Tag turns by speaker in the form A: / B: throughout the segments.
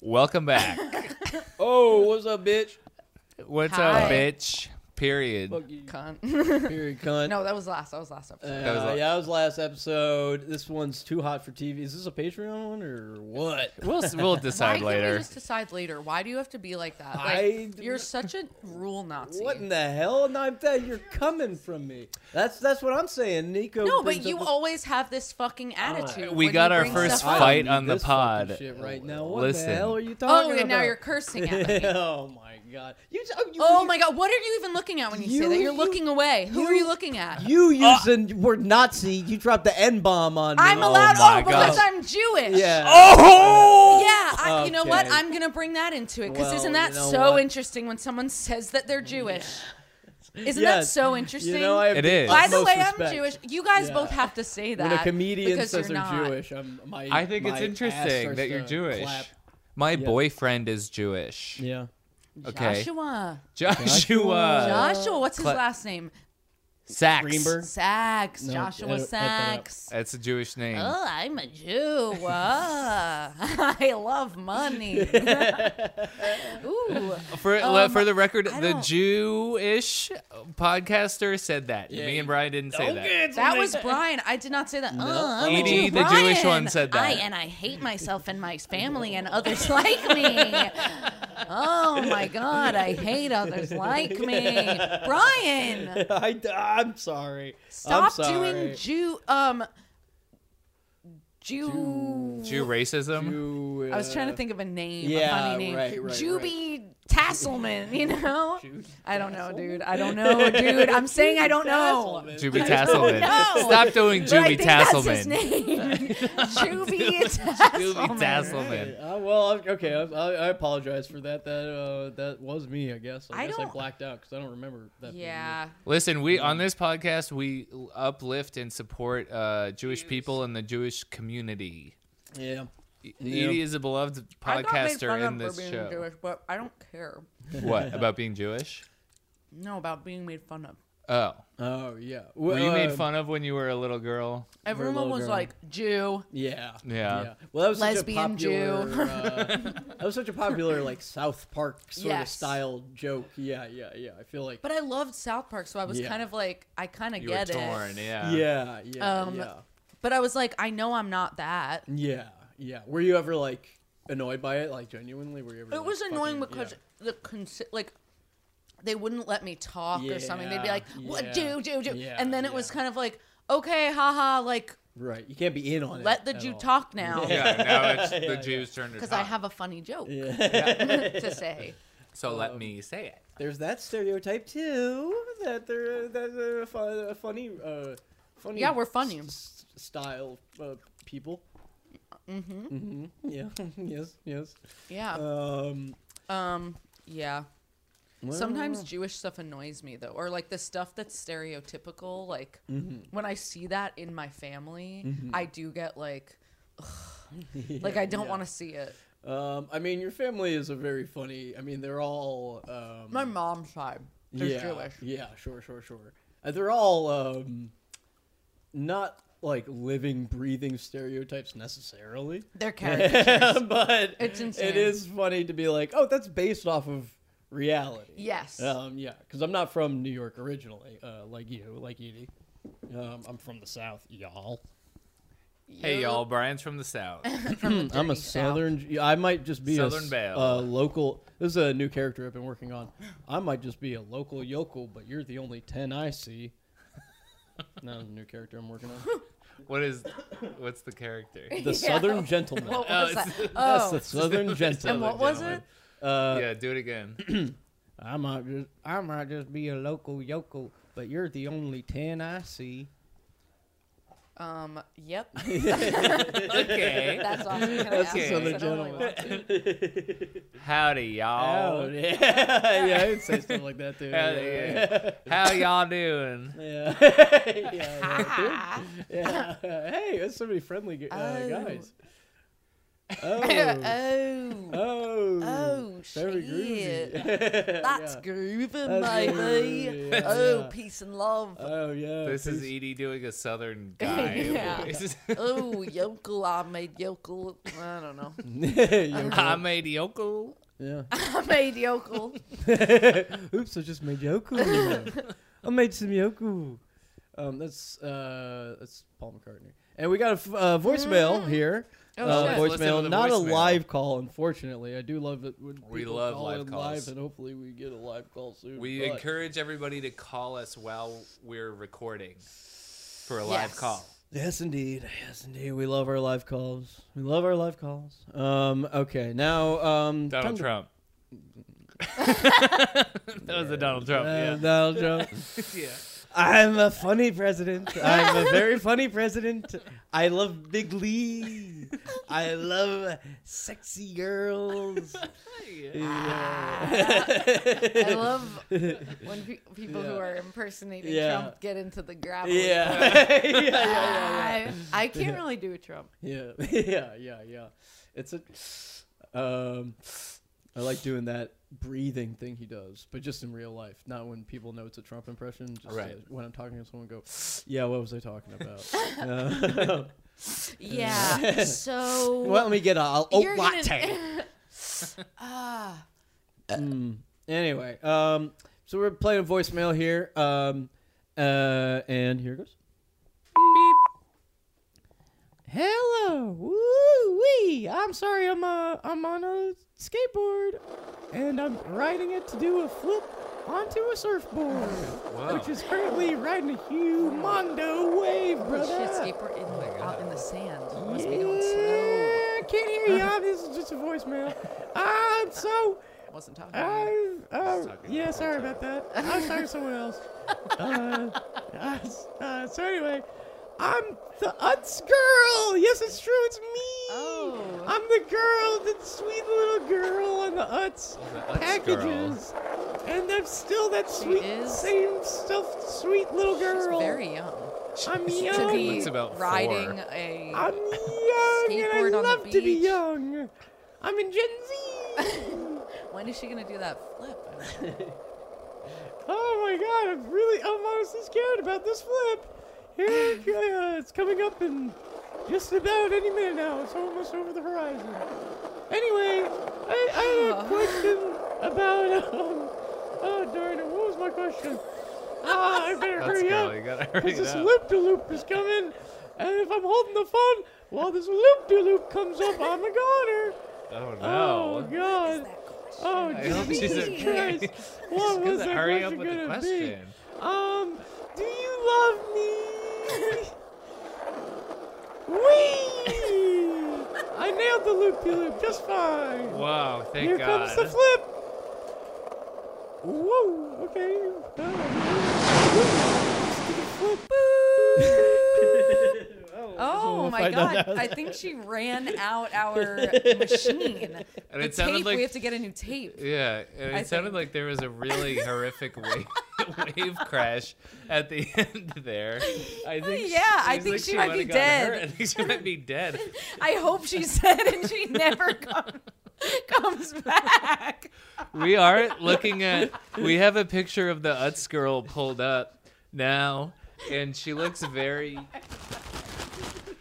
A: Welcome back.
B: Oh, what's up, bitch?
A: What's up,
C: Hi.
A: bitch? Period.
B: Fuck you,
C: Cunt.
B: period cunt.
C: no, that was last. That was last episode.
B: Uh,
A: That was la-
B: yeah, that was last episode. This one's too hot for TV. Is this a Patreon one or what?
A: We'll we'll decide
C: Why can't we
A: later.
C: just decide later? Why do you have to be like that? Like,
B: I-
C: you're such a rule Nazi.
B: What in the hell? And I'm that you're coming from me. That's that's what I'm saying, Nico.
C: no,
B: brings
C: but
B: up
C: you
B: the-
C: always have this fucking attitude.
A: We
C: when
A: got
C: you
A: our
C: bring
A: first
C: stuff up.
A: fight
B: I don't
A: on
B: need
A: the
B: this fucking
A: pod.
B: Shit right now. What
A: Listen.
B: the hell are you talking
C: Oh,
B: about?
C: and now you're cursing at me.
B: oh my god. You, oh, you,
C: Oh
B: you-
C: my god, what are you even looking at when you,
B: You-
C: say that? You're
B: you-
C: looking away. Who are
B: you-
C: you looking at?
B: You using the word Nazi. You dropped the N bomb on me.
C: Uh, I'm
A: Oh
C: allowed.
A: my
C: Oh, because
A: gosh.
C: I'm Jewish.
B: Yeah.
A: Oh!
C: Yeah, I, you know what?
B: Okay.
C: I'm gonna bring that into it because
B: Well,
C: isn't that
B: you know
C: so
B: what?
C: interesting when someone says that they're Jewish? Isn't that
B: Yes.
C: so interesting?
B: You know, I have
A: It
B: the
A: is.
C: By the
B: utmost
C: way,
B: respect.
C: I'm Jewish. You guys
B: Yeah.
C: both have to say that
B: When a comedian
C: because
B: says
C: you're
B: they're
C: not.
B: Jewish, I'm, my
A: I think
B: my
A: it's
B: ass
A: interesting
B: starts
A: that you're
B: to
A: Jewish.
B: clap.
A: My
B: Yeah.
A: boyfriend is Jewish.
B: Yeah.
A: Okay.
C: Joshua.
A: Joshua
B: Joshua.
C: Joshua. What's his
A: Cla-
C: last name?
A: Sacks.
B: Greenberg?
C: Sachs.
B: No,
C: Joshua
B: edit- edit that out.
C: Sachs.
A: That's a Jewish name.
C: Oh, I'm a Jew. Uh, I love money. Ooh.
A: For uh,
C: Um,
A: for the record,
C: I
A: the
C: don't-
A: Jewish podcaster said that.
B: Yeah,
A: Me
B: you-
A: and Brian didn't say that.
C: That was Brian. I did not say that. Uh, I'm a
A: Edie,
C: Jew.
A: the Jewish
C: Brian.
A: one, said
C: I
A: that.
C: and I hate myself and my family and others like me. Oh my God, I hate others like me. Brian,
B: I, am sorry.
C: stop
B: I'm sorry.
C: doing Jew. Um, Jew.
A: Jew racism.
B: Jew,
C: I was trying to
B: uh,
C: think of a name,
B: Yeah,
C: a funny name.
B: right, right,
C: Juby Tasselman, you know?
B: Jude
C: I don't know, dude. I don't know, dude. I'm saying I don't know.
B: Tasselman.
A: Juby
C: I don't
A: Tasselman.
C: know.
A: Stop doing
C: But I
A: Juby
C: think That's his
A: Tasselman.
C: name. Juby
A: Juby
C: Tasselman.
A: Tasselman.
B: Uh, well, I'm- okay. I, I, I apologize for that. That uh, that was me, I guess. I,
C: I
B: guess I
C: don't-
B: blacked out because I don't remember that. being me.
C: Yeah.
A: Listen, we
C: Mm-hmm.
A: on this podcast we uplift and support uh, Jewish people in the Jewish community.
B: Yeah.
A: Edie is a beloved
C: I got made fun
A: podcaster in
C: of for
A: this
C: being
A: show.
C: Jewish, but I don't care.
A: What about being Jewish?
C: No, about being made fun of.
A: Oh,
B: Oh yeah.
A: were
B: Well,
A: you made
B: uh,
A: fun of when you were a little girl?
C: Everyone
B: little
C: was
B: girl.
C: like Jew.
B: Yeah.
A: Yeah.
B: Well, that was
C: Lesbian
B: such a
C: Jew.
B: popular. Uh, that was such a popular like South Park sort of
C: Yes.
B: style joke. Yeah, yeah, yeah. I feel like.
C: But I loved South Park, so I was
B: Yeah.
C: kind of like, I kind of
A: You were
C: get
A: torn.
C: it.
A: Yeah.
B: yeah, yeah,
C: Um,
B: yeah,
C: But I was like, I know I'm not that.
B: yeah, yeah. Were you ever like annoyed by it? Like genuinely, were you ever?
C: It
B: like,
C: was annoying
B: fucking-
C: because the cons- like they wouldn't let me talk or something. They'd be like,
B: Yeah,
C: "What
B: yeah,
C: do do do?"
B: yeah,
C: and then it
B: yeah.
C: was kind of like, "Okay, haha, like
B: yeah. right? You can't be in on it.
C: let the
B: at
C: Jew
B: all.
C: talk now
A: Yeah, now it's the
B: Yeah, yeah.
A: Jews' turn to
C: because
A: talk.
C: I have a funny joke
B: Yeah.
C: to say."
A: so let
C: Oh.
A: me say it.
B: There's that stereotype too that they're that they're a, fun, a funny, uh, funny.
C: Yeah, we're funny.
B: s- s- style uh, people. Mm-hmm. Mm-hmm. Yeah. yes. Yes.
C: Yeah.
B: Um.
C: um. Yeah.
B: well,
C: Sometimes Jewish stuff annoys me though, or like the stuff that's stereotypical. Like when I see that in my family, I do get like,
B: Mm-hmm. yeah,
C: like I don't
B: yeah.
C: want to see it.
B: Um, I mean, your family is a very funny. I mean, they're all. Um,
C: My mom's side is
B: yeah,
C: Jewish.
B: Yeah, sure, sure, sure. Uh, they're all um, not like living, breathing stereotypes necessarily.
C: They're caricatures.
B: but
C: It's
B: it
C: insane.
B: is funny to be like, oh, that's based off of reality.
C: yes.
B: Um, yeah, because I'm not from New York originally, uh, like you, like Edie. Um, I'm from the South, y'all.
A: Hey,
C: You're-
A: y'all. Brian's from the south.
B: I'm a
C: Dirty South.
B: southern. I might just be a
A: Southern
B: s-
A: belle.
B: a local. This is a new character I've been working on. I might just be a local yokel, but you're the only ten I see. That's a new character I'm working on.
A: What is? What's the character?
B: The Southern Gentleman.
C: What
A: Oh,
C: was that?
A: it's-
B: That's
C: Oh,
B: the Southern Gentleman.
C: and what was it?
B: gentlemen. Uh,
A: yeah, do it again.
B: I might just. I might just be a local yokel, but you're the only ten I see.
C: Um, yep.
A: okay.
C: That's all. I'm gonna
A: That's
C: ask.
A: okay.
C: I
A: Southern
C: don't
B: gentleman.
C: really want to.
A: Howdy, y'all.
B: Oh yeah, yeah, I'd say stuff like that too.
A: Howdy. How y'all doing?
B: Yeah. yeah. yeah, dude. yeah. Hey, that's so many friendly gu- uh,
C: Oh.
B: guys. Oh,
C: oh.
B: oh,
C: Oh,
B: very
C: shit.
B: groovy.
C: That's
B: Yeah.
C: grooving,
B: That's
C: baby.
B: groovy, yeah,
C: oh,
B: yeah.
C: peace and love.
B: Oh yeah.
A: This is
B: peace-
A: Edie doing a southern guy
C: Yeah.
A: voice.
C: oh, yokel. I made yokel. I don't know.
A: I
B: Yokel.
A: made yokel.
B: yeah.
C: I made yokel.
B: Oops, I just made yoku. I made some yoku. Um, that's uh, that's Paul McCartney, and we got a f- uh, voicemail here.
C: Oh,
B: uh,
C: shit.
A: Let's listen to
B: voicemail,
A: the
B: not
A: voicemail.
B: a live call, unfortunately. I do love it when
A: We
B: people
A: love
B: call
A: live
B: in
A: calls.
B: live, and hopefully we get a live call soon.
A: We
B: but-
A: encourage everybody to call us while we're recording for a live
C: Yes.
A: call.
B: Yes, indeed. Yes, indeed. We love our live calls. We love our live calls. Um, okay, now um,
A: Donald
B: time to-
A: Trump. that was a Donald
B: Uh,
A: Trump. yeah.
B: Donald Trump.
A: yeah.
B: I'm a funny president. I'm a very funny president. I love big Lee. I love sexy girls.
C: I
B: Yeah.
C: love when pe- people who
B: Yeah.
C: are impersonating
B: Yeah.
C: Trump get into the gravel.
B: yeah. yeah, yeah, yeah,
C: I, I can't really do a Trump.
B: yeah, yeah, yeah, yeah. It's a. Um, I like doing that breathing thing he does, but just in real life, not when people know it's a Trump impression. Just
A: Right.
B: uh, when I'm talking to someone, go, yeah, what was I talking about? Uh,
C: Yeah. So
B: well, let me get a, a
C: you're gonna-
B: Oh, latte.
C: Ah,
B: Mm. Anyway, um, so we're playing voicemail here, um, uh, and here it goes. Hello, woo wee! I'm sorry, I'm uh, I'm on a skateboard, and I'm riding it to do a flip onto a surfboard,
A: Wow.
B: which is currently riding a humondo wave,
C: oh,
B: brother.
C: shit, skateboard in the, out in the sand. You must be going slow.
B: yeah, I can't hear you. Ah, this is just a voicemail. I'm so
C: Wasn't talking. to you.
B: I, uh,
A: talking
B: yeah,
A: about
B: sorry
A: Voltaire.
B: about that. I'm sorry, someone else. Uh, uh, s- uh, so anyway, I'm the Utz girl. Yes, it's true. It's me.
C: Oh.
B: I'm the girl, the sweet little girl on the Utz
C: Oh,
A: The Utz
B: packages, and I'm still that sweet,
C: is-
B: same stuffed, sweet little
C: She's
B: girl.
C: very young
B: I'm
C: to
B: young.
C: be
A: Looks about
C: riding
A: four.
C: a.
B: I'm young, and I
C: Skateboard on the
B: love to be
C: beach.
B: young. I'm in Gen Z.
C: When is she gonna do that flip? I don't know.
B: Oh my god, I'm really, I'm honestly scared about this flip. Here, it go- uh, it's coming up in just about any minute now. It's almost over the horizon. Anyway, I, I
A: Oh.
B: had a question about, um, oh darn it, what was my question? Ah, I better
A: That's
B: hurry
A: cool.
B: up.
A: You gotta hurry
B: Because this
A: it up.
B: loop de loop is coming, and if I'm holding the phone while this loop de loop comes up, I'm a goner.
A: Oh
B: Oh,
A: no.
B: God.
C: That question.
B: Oh,
A: I hope she's
B: Jesus
A: okay.
B: Christ. What
A: She's
B: was
A: gonna
B: that
A: hurry up
B: question
A: with the
B: gonna be?
A: question.
B: Um, do you love me? Wee! I nailed the loop de loop just fine.
A: Wow, thank
B: Here
A: Oh God.
B: comes the flip. Whoa, okay.
C: Oh my god! I think she ran out our machine.
A: and
C: The
A: it sounded
C: tape,
A: like
C: we have to get a new tape.
A: Yeah, and it
C: I
A: sounded
C: think.
A: like there was a really horrific wave, wave crash at the end there. I think
C: Yeah, I
A: seems
C: think
A: like
C: she might
A: might've
C: be
A: gotten
C: dead.
A: hurt. I think she might be dead.
C: I hope she's dead and she never come, comes back.
A: we are looking at we have a picture of the Utz girl pulled up now and she looks very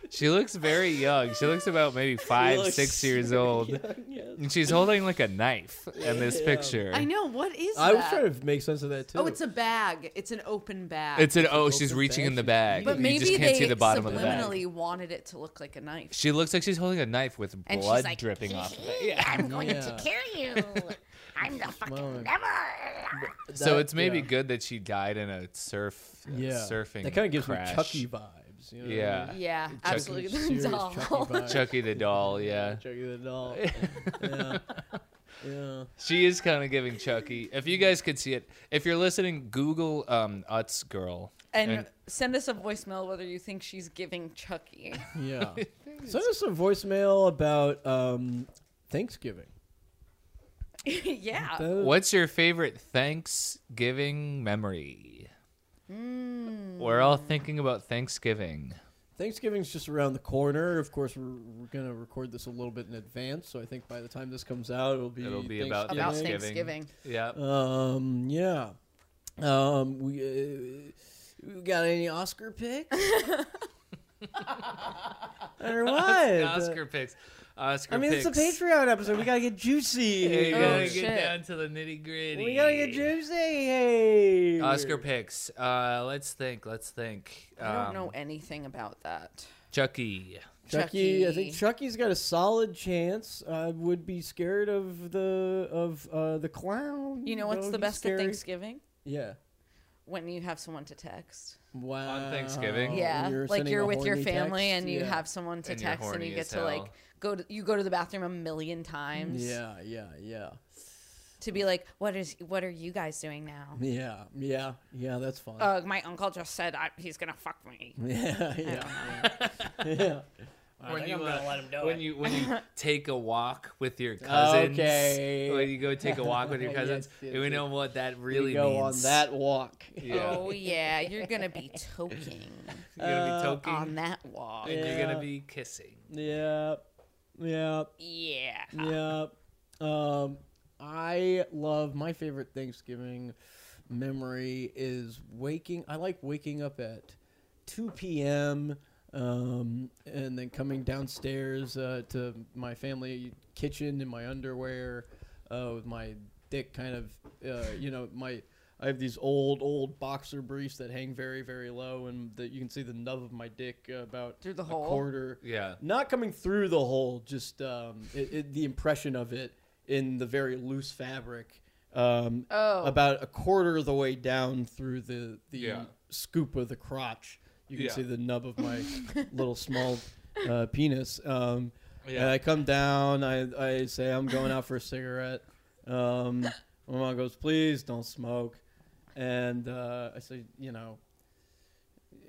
A: she looks very young she looks about maybe five six years old and she's holding like a knife in this
B: Yeah.
A: picture
C: I know. What is
B: I was
C: that?
B: trying to make sense of that too.
C: oh, it's a bag. It's an open bag.
A: it's an oh she's
B: Open
A: reaching in the bag
B: bag.
C: but
A: you
C: maybe
A: just can't
C: they
A: see the bottom of the
C: subliminally
A: bag
C: wanted it to look like a knife.
A: she looks like she's holding a knife with
C: And she's
A: blood
C: like,
A: dripping off of it.
D: "Hee-hee, I'm going
B: Yeah.
D: to kill you. I'm the fucking
B: Smiling.
D: devil.
A: so
B: That-
A: it's maybe
B: yeah.
A: good that she died in a surf uh,
B: yeah.
A: surfing
B: That kind of gives
A: crash.
B: me E. Chucky vibes. You know what I
A: Yeah.
B: mean?
C: Yeah,
A: Chucky-
C: absolutely.
B: Serious
C: The
B: Chucky
A: E.
C: doll.
B: vibes.
A: Chucky the doll yeah
B: Chucky the doll. yeah. Yeah.
A: She is kind of giving Chucky. If you guys could see it, if you're listening, Google um, Utz girl.
C: And, send us a voicemail whether you think she's giving E. Chucky.
B: Yeah. Send us a voicemail about um, Thanksgiving.
C: yeah. Uh,
B: That was-
A: what's your favorite
B: Hmm.
A: Thanksgiving memory? We're all thinking about Thanksgiving.
B: Thanksgiving's just around the corner. Of course, we're, we're going to record this a little bit in advance, so I think by the time this comes out, it'll be
A: It'll be about
C: About
A: Thanksgiving.
C: Thanksgiving.
A: Yeah.
B: Um, yeah. Um, we uh, we got any Oscar picks? or what? Uh,
A: Oscar picks. Oscar
B: I mean,
A: picks.
B: it's a Patreon episode. We gotta get juicy.
A: Hey, you
B: here.
A: gotta
C: Oh,
A: get
C: shit.
A: down to the nitty gritty.
B: we gotta get juicy. Hey.
A: Oscar picks. Uh, let's think. Let's think.
C: I don't
A: Um,
C: know anything about that. E.
A: Chucky.
B: Chucky,
A: E,
B: I
C: Chucky.
B: think Chucky's got a solid chance. I would be scared of the of uh, the clown.
A: E
C: You know what's
B: though
C: the
B: he's
C: best
B: scary.
C: at Thanksgiving?
B: Yeah.
C: When you have someone to text.
B: Wow.
A: Thanksgiving? Oh,
C: yeah. like
B: sending
C: you're
B: a
C: with your
B: horny
C: family
B: text?
C: and you
B: Yeah.
C: have someone to
A: And you're
C: text and
A: horny
C: you get
A: as
C: to like
A: hell.
C: go to you go to the bathroom a million times.
B: Yeah, yeah, yeah.
C: To be like, what is what are you guys doing now?
B: Yeah, yeah, yeah, that's fun.
C: Uh, my uncle just said I, he's gonna fuck me.
B: yeah, yeah. yeah.
A: When you, uh, when you when you take a walk with your cousins,
B: Okay.
A: when you go take a walk with your
B: Yes,
A: cousins,
B: yes,
A: we
B: yes.
A: know what that
B: You
A: really
B: go
A: means.
B: on that walk.
A: yeah,
C: Oh yeah, you're gonna be toking
A: you're gonna be
B: Uh,
A: toking,
C: on that walk.
A: and you're
B: Yeah.
A: gonna be kissing.
B: Yeah. Yeah.
C: Yeah.
B: Yeah. Um I love my favorite Thanksgiving memory is waking I like waking up at 2 p.m. Um, and then coming downstairs uh, to my family kitchen in my underwear uh, with my dick kind of uh, you know my I have these old old boxer briefs that hang very very low and that you can see the nub of my dick uh, about
C: Through the
B: a
C: hole?
B: quarter
A: Yeah.
B: not coming through the hole, just um, it, it, the impression of it in the very loose fabric. Um,
C: Oh.
B: About a quarter of the way down through the, the
A: Yeah.
B: scoop of the crotch, you can
A: Yeah.
B: see the nub of my little small uh, penis. Um, And
A: Yeah.
B: I come down, I, I say, I'm going out for a cigarette. Um, my mom goes, please don't smoke. And uh, I say, you know, uh,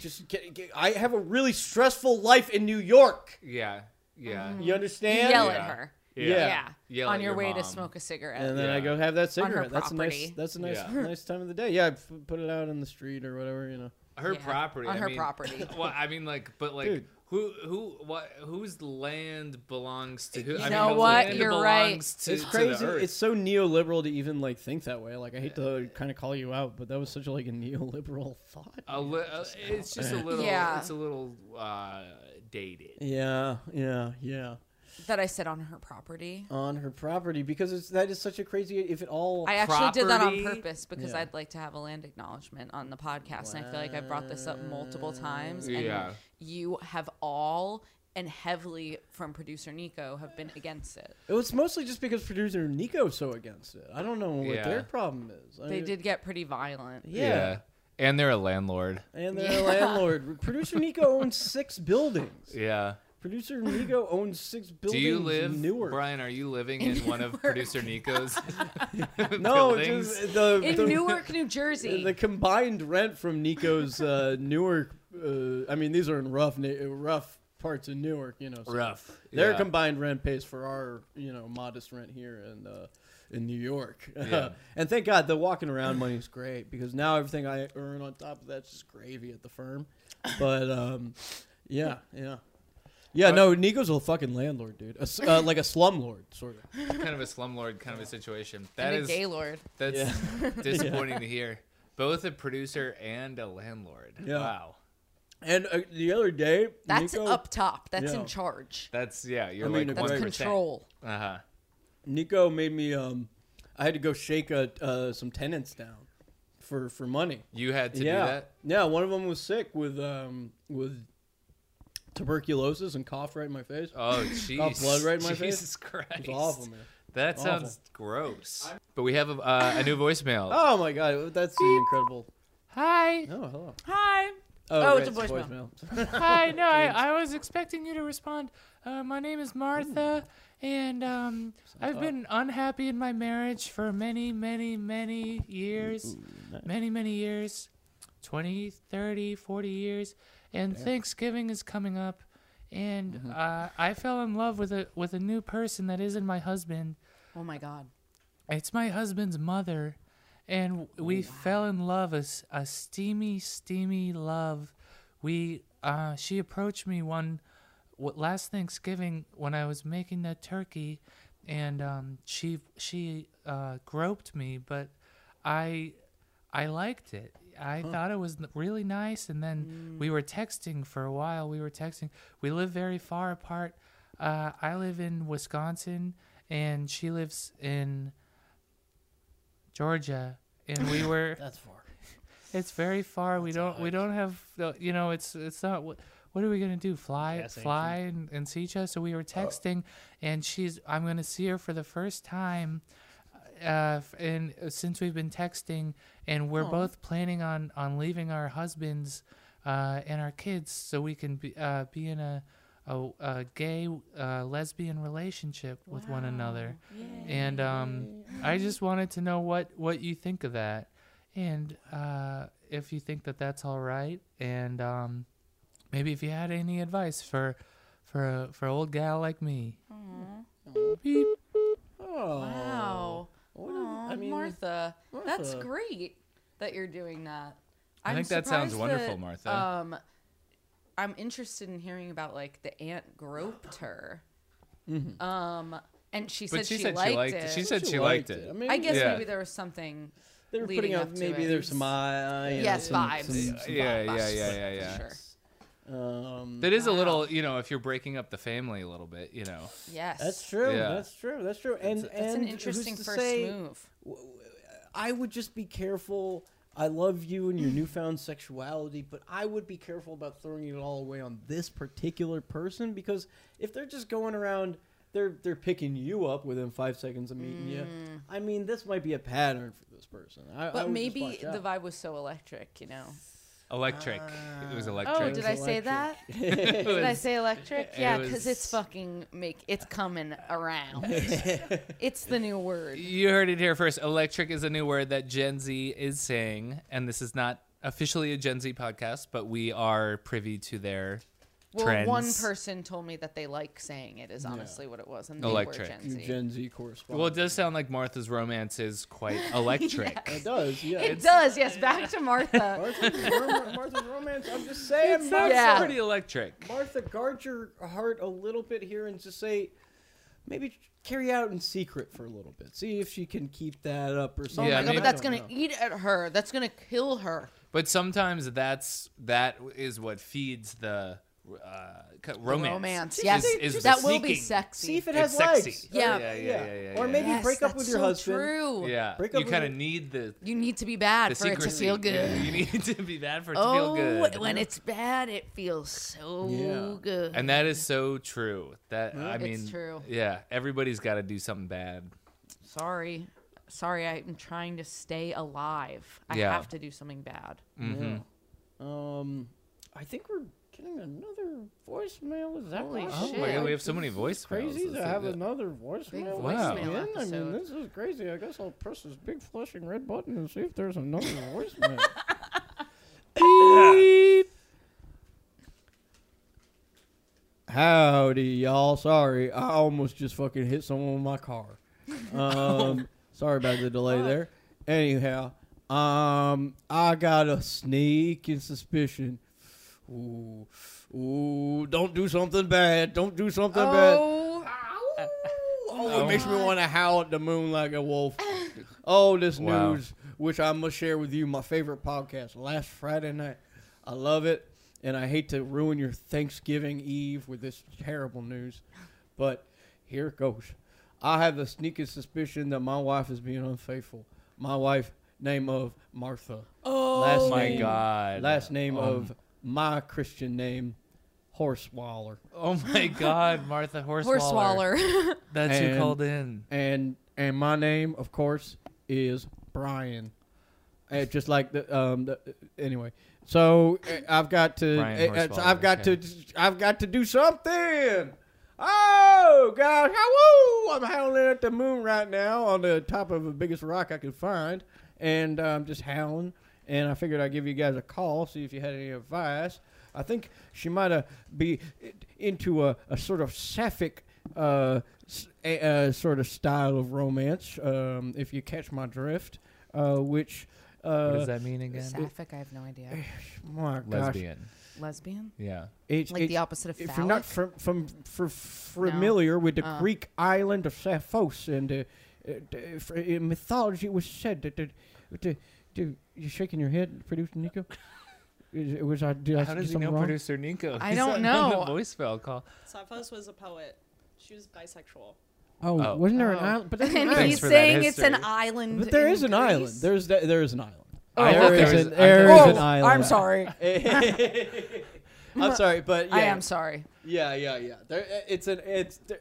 B: just get, get, I have a really stressful life in New York.
A: Yeah, yeah,
C: Mm-hmm.
B: You
C: You
B: understand?
C: yell
A: Yeah.
C: at her.
B: Yeah.
A: Yell
C: on
A: at
C: your,
A: your
C: way
A: mom.
C: to smoke a cigarette.
B: And then I
A: Yeah.
B: go have that
C: On her
B: cigarette. That's a nice.
C: property.
B: That's a nice,
A: Yeah.
B: nice time of the day. Yeah, I f- put it out on the street or whatever. You know.
A: Her
C: Yeah,
A: property.
C: on
A: I
C: her
A: mean-
C: property.
A: well, I mean, like, but like,
B: Dude.
A: who, who, what, whose land belongs to who?
C: You
A: I mean,
C: know
A: whose
C: what?
A: land
C: You're
A: belongs
C: right.
A: To,
B: it's
A: to the
B: crazy.
A: earth?
B: It's so neoliberal to even like think that way. Like I hate to kind of call you out, but that was such a, like a neoliberal thought.
A: a li- uh, it's just a little.
C: Yeah.
A: It's a little uh, dated.
B: Yeah, yeah, yeah.
C: that I said on her property.
B: On her property because it's that is such a crazy. If it all
C: I actually did that on
A: Property?
C: purpose because
B: Yeah.
C: I'd like to have a land acknowledgement on the podcast, and I feel like I brought this up multiple times. And
A: Yeah.
C: you have all and heavily from producer Nico have been against it.
B: it was mostly just because producer Nico's so against it. I don't know what
A: Yeah.
B: their problem is. I
C: They
B: mean,
C: did get pretty violent.
B: yeah.
A: And they're a landlord.
B: And they're a landlord. Producer Nico owns six buildings.
A: Yeah.
B: Producer Nico owns six
A: Do
B: buildings
A: you live,
B: in Newark.
A: Brian? Are you living in one of producer Nico's
B: no,
A: buildings?
B: just the,
C: In
B: the,
C: Newark, New Jersey.
B: the combined rent from Nico's uh, Newark. Uh, I mean, these are in rough, ne- rough parts of Newark. You know, so
A: rough.
B: Their
A: Yeah.
B: combined rent pays for our, you know, modest rent here in uh, in New York.
A: Yeah.
B: and thank God the walking around money is great because now everything I earn on top of that's just gravy at the firm. But um, yeah, yeah. Yeah, no, Nico's a fucking landlord, dude. A s uh, like a slumlord, sort of.
A: kind of a slumlord kind of a situation. That
C: and a
A: is
C: gay lord.
A: that's disappointing to hear. Both a producer and a landlord.
B: Yeah.
A: Wow.
B: And uh, the other day,
C: That's
B: Nico,
C: up top. That's
B: Yeah.
C: in charge.
A: That's yeah. You're
B: I mean,
A: like
B: a
C: That's
A: one
B: great-
C: control.
A: Uh huh.
B: Nico made me. Um, I had to go shake uh uh, some tenants down for for money.
A: You had to
B: yeah.
A: do that.
B: Yeah, one of them was sick with um with tuberculosis and cough right in my face.
A: Oh, jeez.
B: Got blood right in my
A: Jesus
B: face?
A: Christ.
B: It was awful, man.
A: That
B: Awful.
A: sounds gross. But we have a, uh, a new voicemail.
B: Oh my god, that's an incredible.
A: Hi.
B: Oh, hello.
A: Hi.
C: Oh, it's a
A: Hi. No, I, I was expecting you to respond. Uh, my name is Martha, and um, I've been unhappy in my marriage for many, many, many years. Many, many years 20, 30, 40 years. And Thanksgiving is coming up. And uh, I fell in love with a with a new person that isn't my husband.
C: Oh my god.
A: It's my husband's mother, and we fell in love, a, s- a steamy, steamy love. We uh, she approached me one w- last Thanksgiving when I was making the turkey, and um, she she uh, groped me, but I I liked it. I thought it was n- really nice, and then we were texting for a while. We were texting. We live very far apart. Uh, I live in Wisconsin, and she lives in Georgia, and we were.
B: That's far.
A: It's very far. We don't. We don't have. the- You know. It's. It's not. What, what are we gonna do? Fly,
E: Gas station.
A: fly, and, and see each other. So we were texting, and she's. I'm gonna see her for the first time, uh, f- and uh, since we've been texting, and we're both planning on on leaving our husbands, uh, and our kids, so we can be uh, be in a. A, a gay uh, lesbian relationship with one another, and um, I just wanted to know what what you think of that and uh, if you think that that's all right, and um, maybe if you had any advice for for a, for an old gal like me. Beep.
B: Oh.
A: Oh.
C: Wow.
B: What is-
C: Aw,
B: I mean,
C: Martha, that's
B: Martha.
C: great that you're doing that.
A: I think that sounds
C: surprised
A: wonderful,
C: that,
A: Martha.
C: Um, I'm interested in hearing about like the aunt groped her. Um, and she
A: Mm-hmm.
C: said
A: But she,
C: she,
A: said
C: liked
A: she liked
C: it.
A: it. She said she liked it.
B: I, mean,
C: I guess
A: Yeah.
C: maybe there was something.
B: they were
C: leading
B: putting
C: up
B: out
C: to
B: maybe
C: it.
B: there's some uh, you know,
C: yes,
B: some-
C: vibes.
B: some-
C: Some
A: yeah,
C: vibes,
A: yeah, yeah,
C: for
A: yeah, yeah.
C: Sure.
B: um,
A: That is a little, you know, if you're breaking up the family a little bit, you know.
C: Yes.
B: that's true.
A: Yeah.
B: That's true. That's true. And
C: That's
B: and
C: an
B: who's
C: interesting
B: to
C: first
B: say-
C: move.
B: I would just be careful. I love you and your newfound sexuality, but I would be careful about throwing it all away on this particular person because if they're just going around, they're they're picking you up within five seconds of meeting you. I mean, this might be a pattern for this person. I, I
C: Mm. But
B: would just
C: maybe
B: watch
C: the
B: out.
C: vibe was so electric, you know.
A: Electric. it was electric.
C: Oh, did I say
B: Electric.
C: that? Did I say electric?
A: It
C: Yeah, because
A: was-
C: it's fucking make it's coming around. it's the new word.
A: You heard it here first. Electric is a new word that Gen Z is saying, and this is not officially a Gen Z podcast, but we are privy to their
C: Well,
A: trends.
C: one person told me that they like saying it is honestly what it was, and they
A: Electric.
C: were Gen
B: You
C: Z.
B: Gen Z correspondent.
A: Well, it does sound like Martha's romance is quite electric.
B: It does. Yeah.
C: it does, yes. Back to Martha.
B: Martha's, rom- Martha's romance. I'm just saying.
A: It
B: Martha,
A: sounds
C: Yeah.
A: pretty electric.
B: Martha, guard your heart a little bit here and just say, maybe carry out in secret for a little bit. See if she can keep that up or something.
A: Yeah,
C: oh my god,
A: maybe-
C: but that's
B: I don't
C: gonna
B: know.
C: eat at her. That's gonna kill her.
A: But sometimes that's that is what feeds the uh, co- romance.
C: Romance,
A: is-
C: yes,
A: is the
C: that will be
A: sneaking.
C: sexy.
B: See if it has
A: It's sexy.
B: legs.
C: Yeah.
A: yeah, yeah, yeah, yeah,
B: Or
A: yeah.
B: maybe
C: Yes,
B: break up
C: that's
B: with your
C: so
B: husband.
C: True.
A: Yeah,
B: Break
A: you
B: up with
A: kind
B: it.
A: of need the
C: You need to be bad
A: the
C: for it to
A: secrecy.
C: feel good.
A: Yeah, you need to be bad for it to
C: oh,
A: feel good.
C: when it's bad, it feels so
B: Yeah.
C: good.
A: and that is so true. That
B: Mm,
A: I
C: It's
A: mean,
C: true.
A: Yeah, everybody's got to do something bad.
C: Sorry. Sorry, I'm trying to stay alive. I
A: Yeah.
C: have to do something bad.
A: Mm-hmm.
B: Yeah. Um, I think we're getting another voicemail. Is that
C: Holy
B: possible?
A: Oh
C: Shit.
A: my god, we
B: Like,
A: have so many
B: this is
A: voicemails.
B: Crazy to
A: That's-
B: have
A: that-
B: another voicemail.
C: Big
A: Wow.
B: again?
C: voicemail
B: I mean,
C: episode.
B: this is crazy. I guess I'll press this big flashing red button and see if there's another voicemail. Howdy, y'all. Sorry, I almost just fucking hit someone with my car. Um, sorry about the delay there. Anyhow, um, I got a sneaking suspicion. Ooh, ooh, don't do something bad. Don't do something bad.
C: Oh,
B: Oh, it makes me want to howl at the moon like a wolf. oh, this
A: Wow.
B: news, which I must share with you, my favorite podcast last Friday night. I love it, and I hate to ruin your Thanksgiving Eve with this terrible news, but here it goes. I have the sneaking suspicion that my wife is being unfaithful. My wife, name of Martha. Oh, last
A: my
B: name-
A: God.
B: Last name of my Christian name, Horsewaller.
A: Oh my god, Martha Horsewaller.
C: Horsewaller.
A: That's who
B: And-
A: called in.
B: and and my name, of course, is Brian. Uh, just like the um. The, anyway, so uh, I've got to.
A: Brian
B: uh, uh, so
A: Horsewaller,
B: I've got
A: okay.
B: to. I've got to do something. Oh gosh! Woo! I'm howling at the moon right now on the top of the biggest rock I could find, and uh, I'm just howling. And I figured I'd give you guys a call, see if you had any advice. I think she might uh, be into a, a sort of sapphic uh, s- a, uh, sort of style of romance, um, if you catch my drift. Uh, which, uh,
A: What does that mean again?
C: Sapphic, I have no idea.
B: my gosh,
A: Lesbian.
C: Lesbian?
A: Yeah.
B: It's,
C: Like the
B: it's-
C: opposite of
B: If you're not
C: phallic?
B: from, from, fr- familiar with the
C: Uh.
B: Greek island of Sapphos and uh, uh, d- f- in mythology, it was said that. that, that that- you're shaking your head, producer Nico? Is- it was I, did I
A: How
B: do
A: does he
B: something
A: know
B: wrong?
A: producer Nico?
C: I
A: He's
C: don't
A: on
C: know.
A: The voicemail call.
F: Sophos was a poet. She was bisexual.
B: Oh,
A: Oh.
B: wasn't there an
F: Oh.
B: island? But, there's an
C: And
B: island.
A: Thanks
C: he's
A: for that
C: saying it's an
A: history.
C: island.
B: but there
C: in
B: is an
C: Greece. Oh.
B: island. There's that, there is an island.
A: I thought
B: There
A: there
B: is
A: was- Oh,
B: an-
A: I
B: there
A: thought there
B: is an
A: was-
B: island.
C: I'm sorry.
B: I'm sorry, but yeah,
C: I am sorry.
B: yeah, yeah, yeah. There, uh, it's an it's there,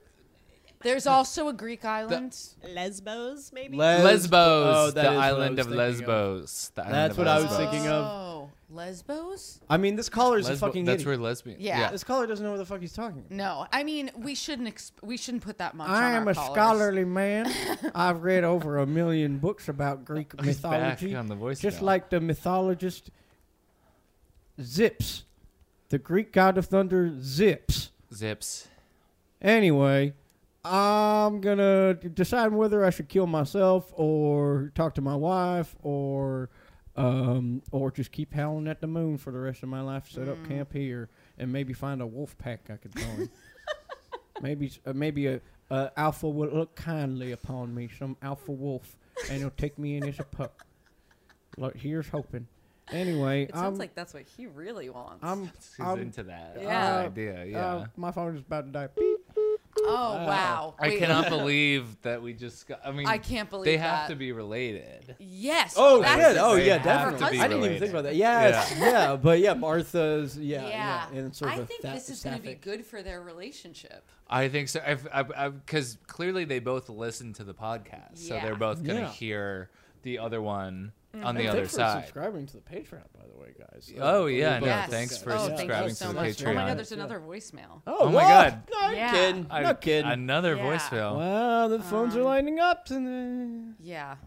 C: There's also a Greek island.
F: Lesbos, maybe?
B: Les-
A: Lesbos,
B: Oh, that
A: the
B: is what I
A: island
B: was
A: of
B: thinking of.
A: Lesbos. The island
B: That's
A: of
B: what I was
A: Lesbos.
B: thinking of.
C: Oh, Lesbos?
B: I mean, this caller is
A: Lesbo-
B: a fucking
A: that's
B: idiot.
A: where lesbian.
C: Yeah.
B: This caller doesn't know what the fuck he's talking. about.
C: No, I mean we shouldn't exp- we shouldn't put that much.
B: I
C: on
B: am
C: our
B: a
C: callers.
B: scholarly man. I've read over a million books about Greek
A: He's back
B: mythology.
A: on the voicemail.
B: Just like the mythologist Zips, the Greek god of thunder Zips.
A: zips.
B: Anyway, I'm gonna d- decide whether I should kill myself or talk to my wife or um, or just keep howling at the moon for the rest of my life. Set
C: Mm.
B: up camp here and maybe find a wolf pack I could join. maybe s- uh, maybe a, a alpha will look kindly upon me, some alpha wolf, and he'll take me in as a pup. Look, here's hoping. Anyway,
C: It
B: I'm
C: sounds like that's what he really wants.
B: I'm,
A: She's
B: I'm
A: into that
C: Yeah.
A: uh, idea. Yeah.
B: uh, my phone is about to die. Beep.
C: oh wow!
A: I
C: Wait,
A: cannot believe that we just. Got, I mean,
C: I can't believe
A: they have
C: that.
A: to be related.
C: Yes.
B: Oh
C: that's
B: shit!
A: the
B: Oh
A: same.
B: yeah,
A: They have to
B: definitely.
A: be
B: I didn't even
A: related.
B: think about that. Yes, yeah, but yeah, Martha's yeah, yeah,
C: Yeah.
B: and sort of
C: I
B: a
C: think
B: tha-
C: this is going to be
B: sapphic.
C: good for their relationship.
A: I think so. Because clearly they both listen to the podcast, so
C: Yeah. Mm-hmm.
A: they're both gonna
B: Yeah.
A: hear the other one on
B: And
A: the other
B: thanks for
A: side.
B: subscribing to the Patreon, by the way, guys.
A: Oh, yeah,
B: we
A: no,
B: both-
C: yes.
A: thanks for
C: oh, thank
A: subscribing
C: you
A: to
C: so
A: the
C: much. Oh my
A: Patreon.
C: God, there's another voicemail.
B: Oh,
A: Oh my
B: whoa.
A: God.
B: No, I'm
C: Yeah.
B: kidding.
A: I-
B: no kidding.
A: Another
C: Yeah.
A: voicemail.
B: wow, the phones
C: Um,
B: are lining up tonight.
C: Yeah.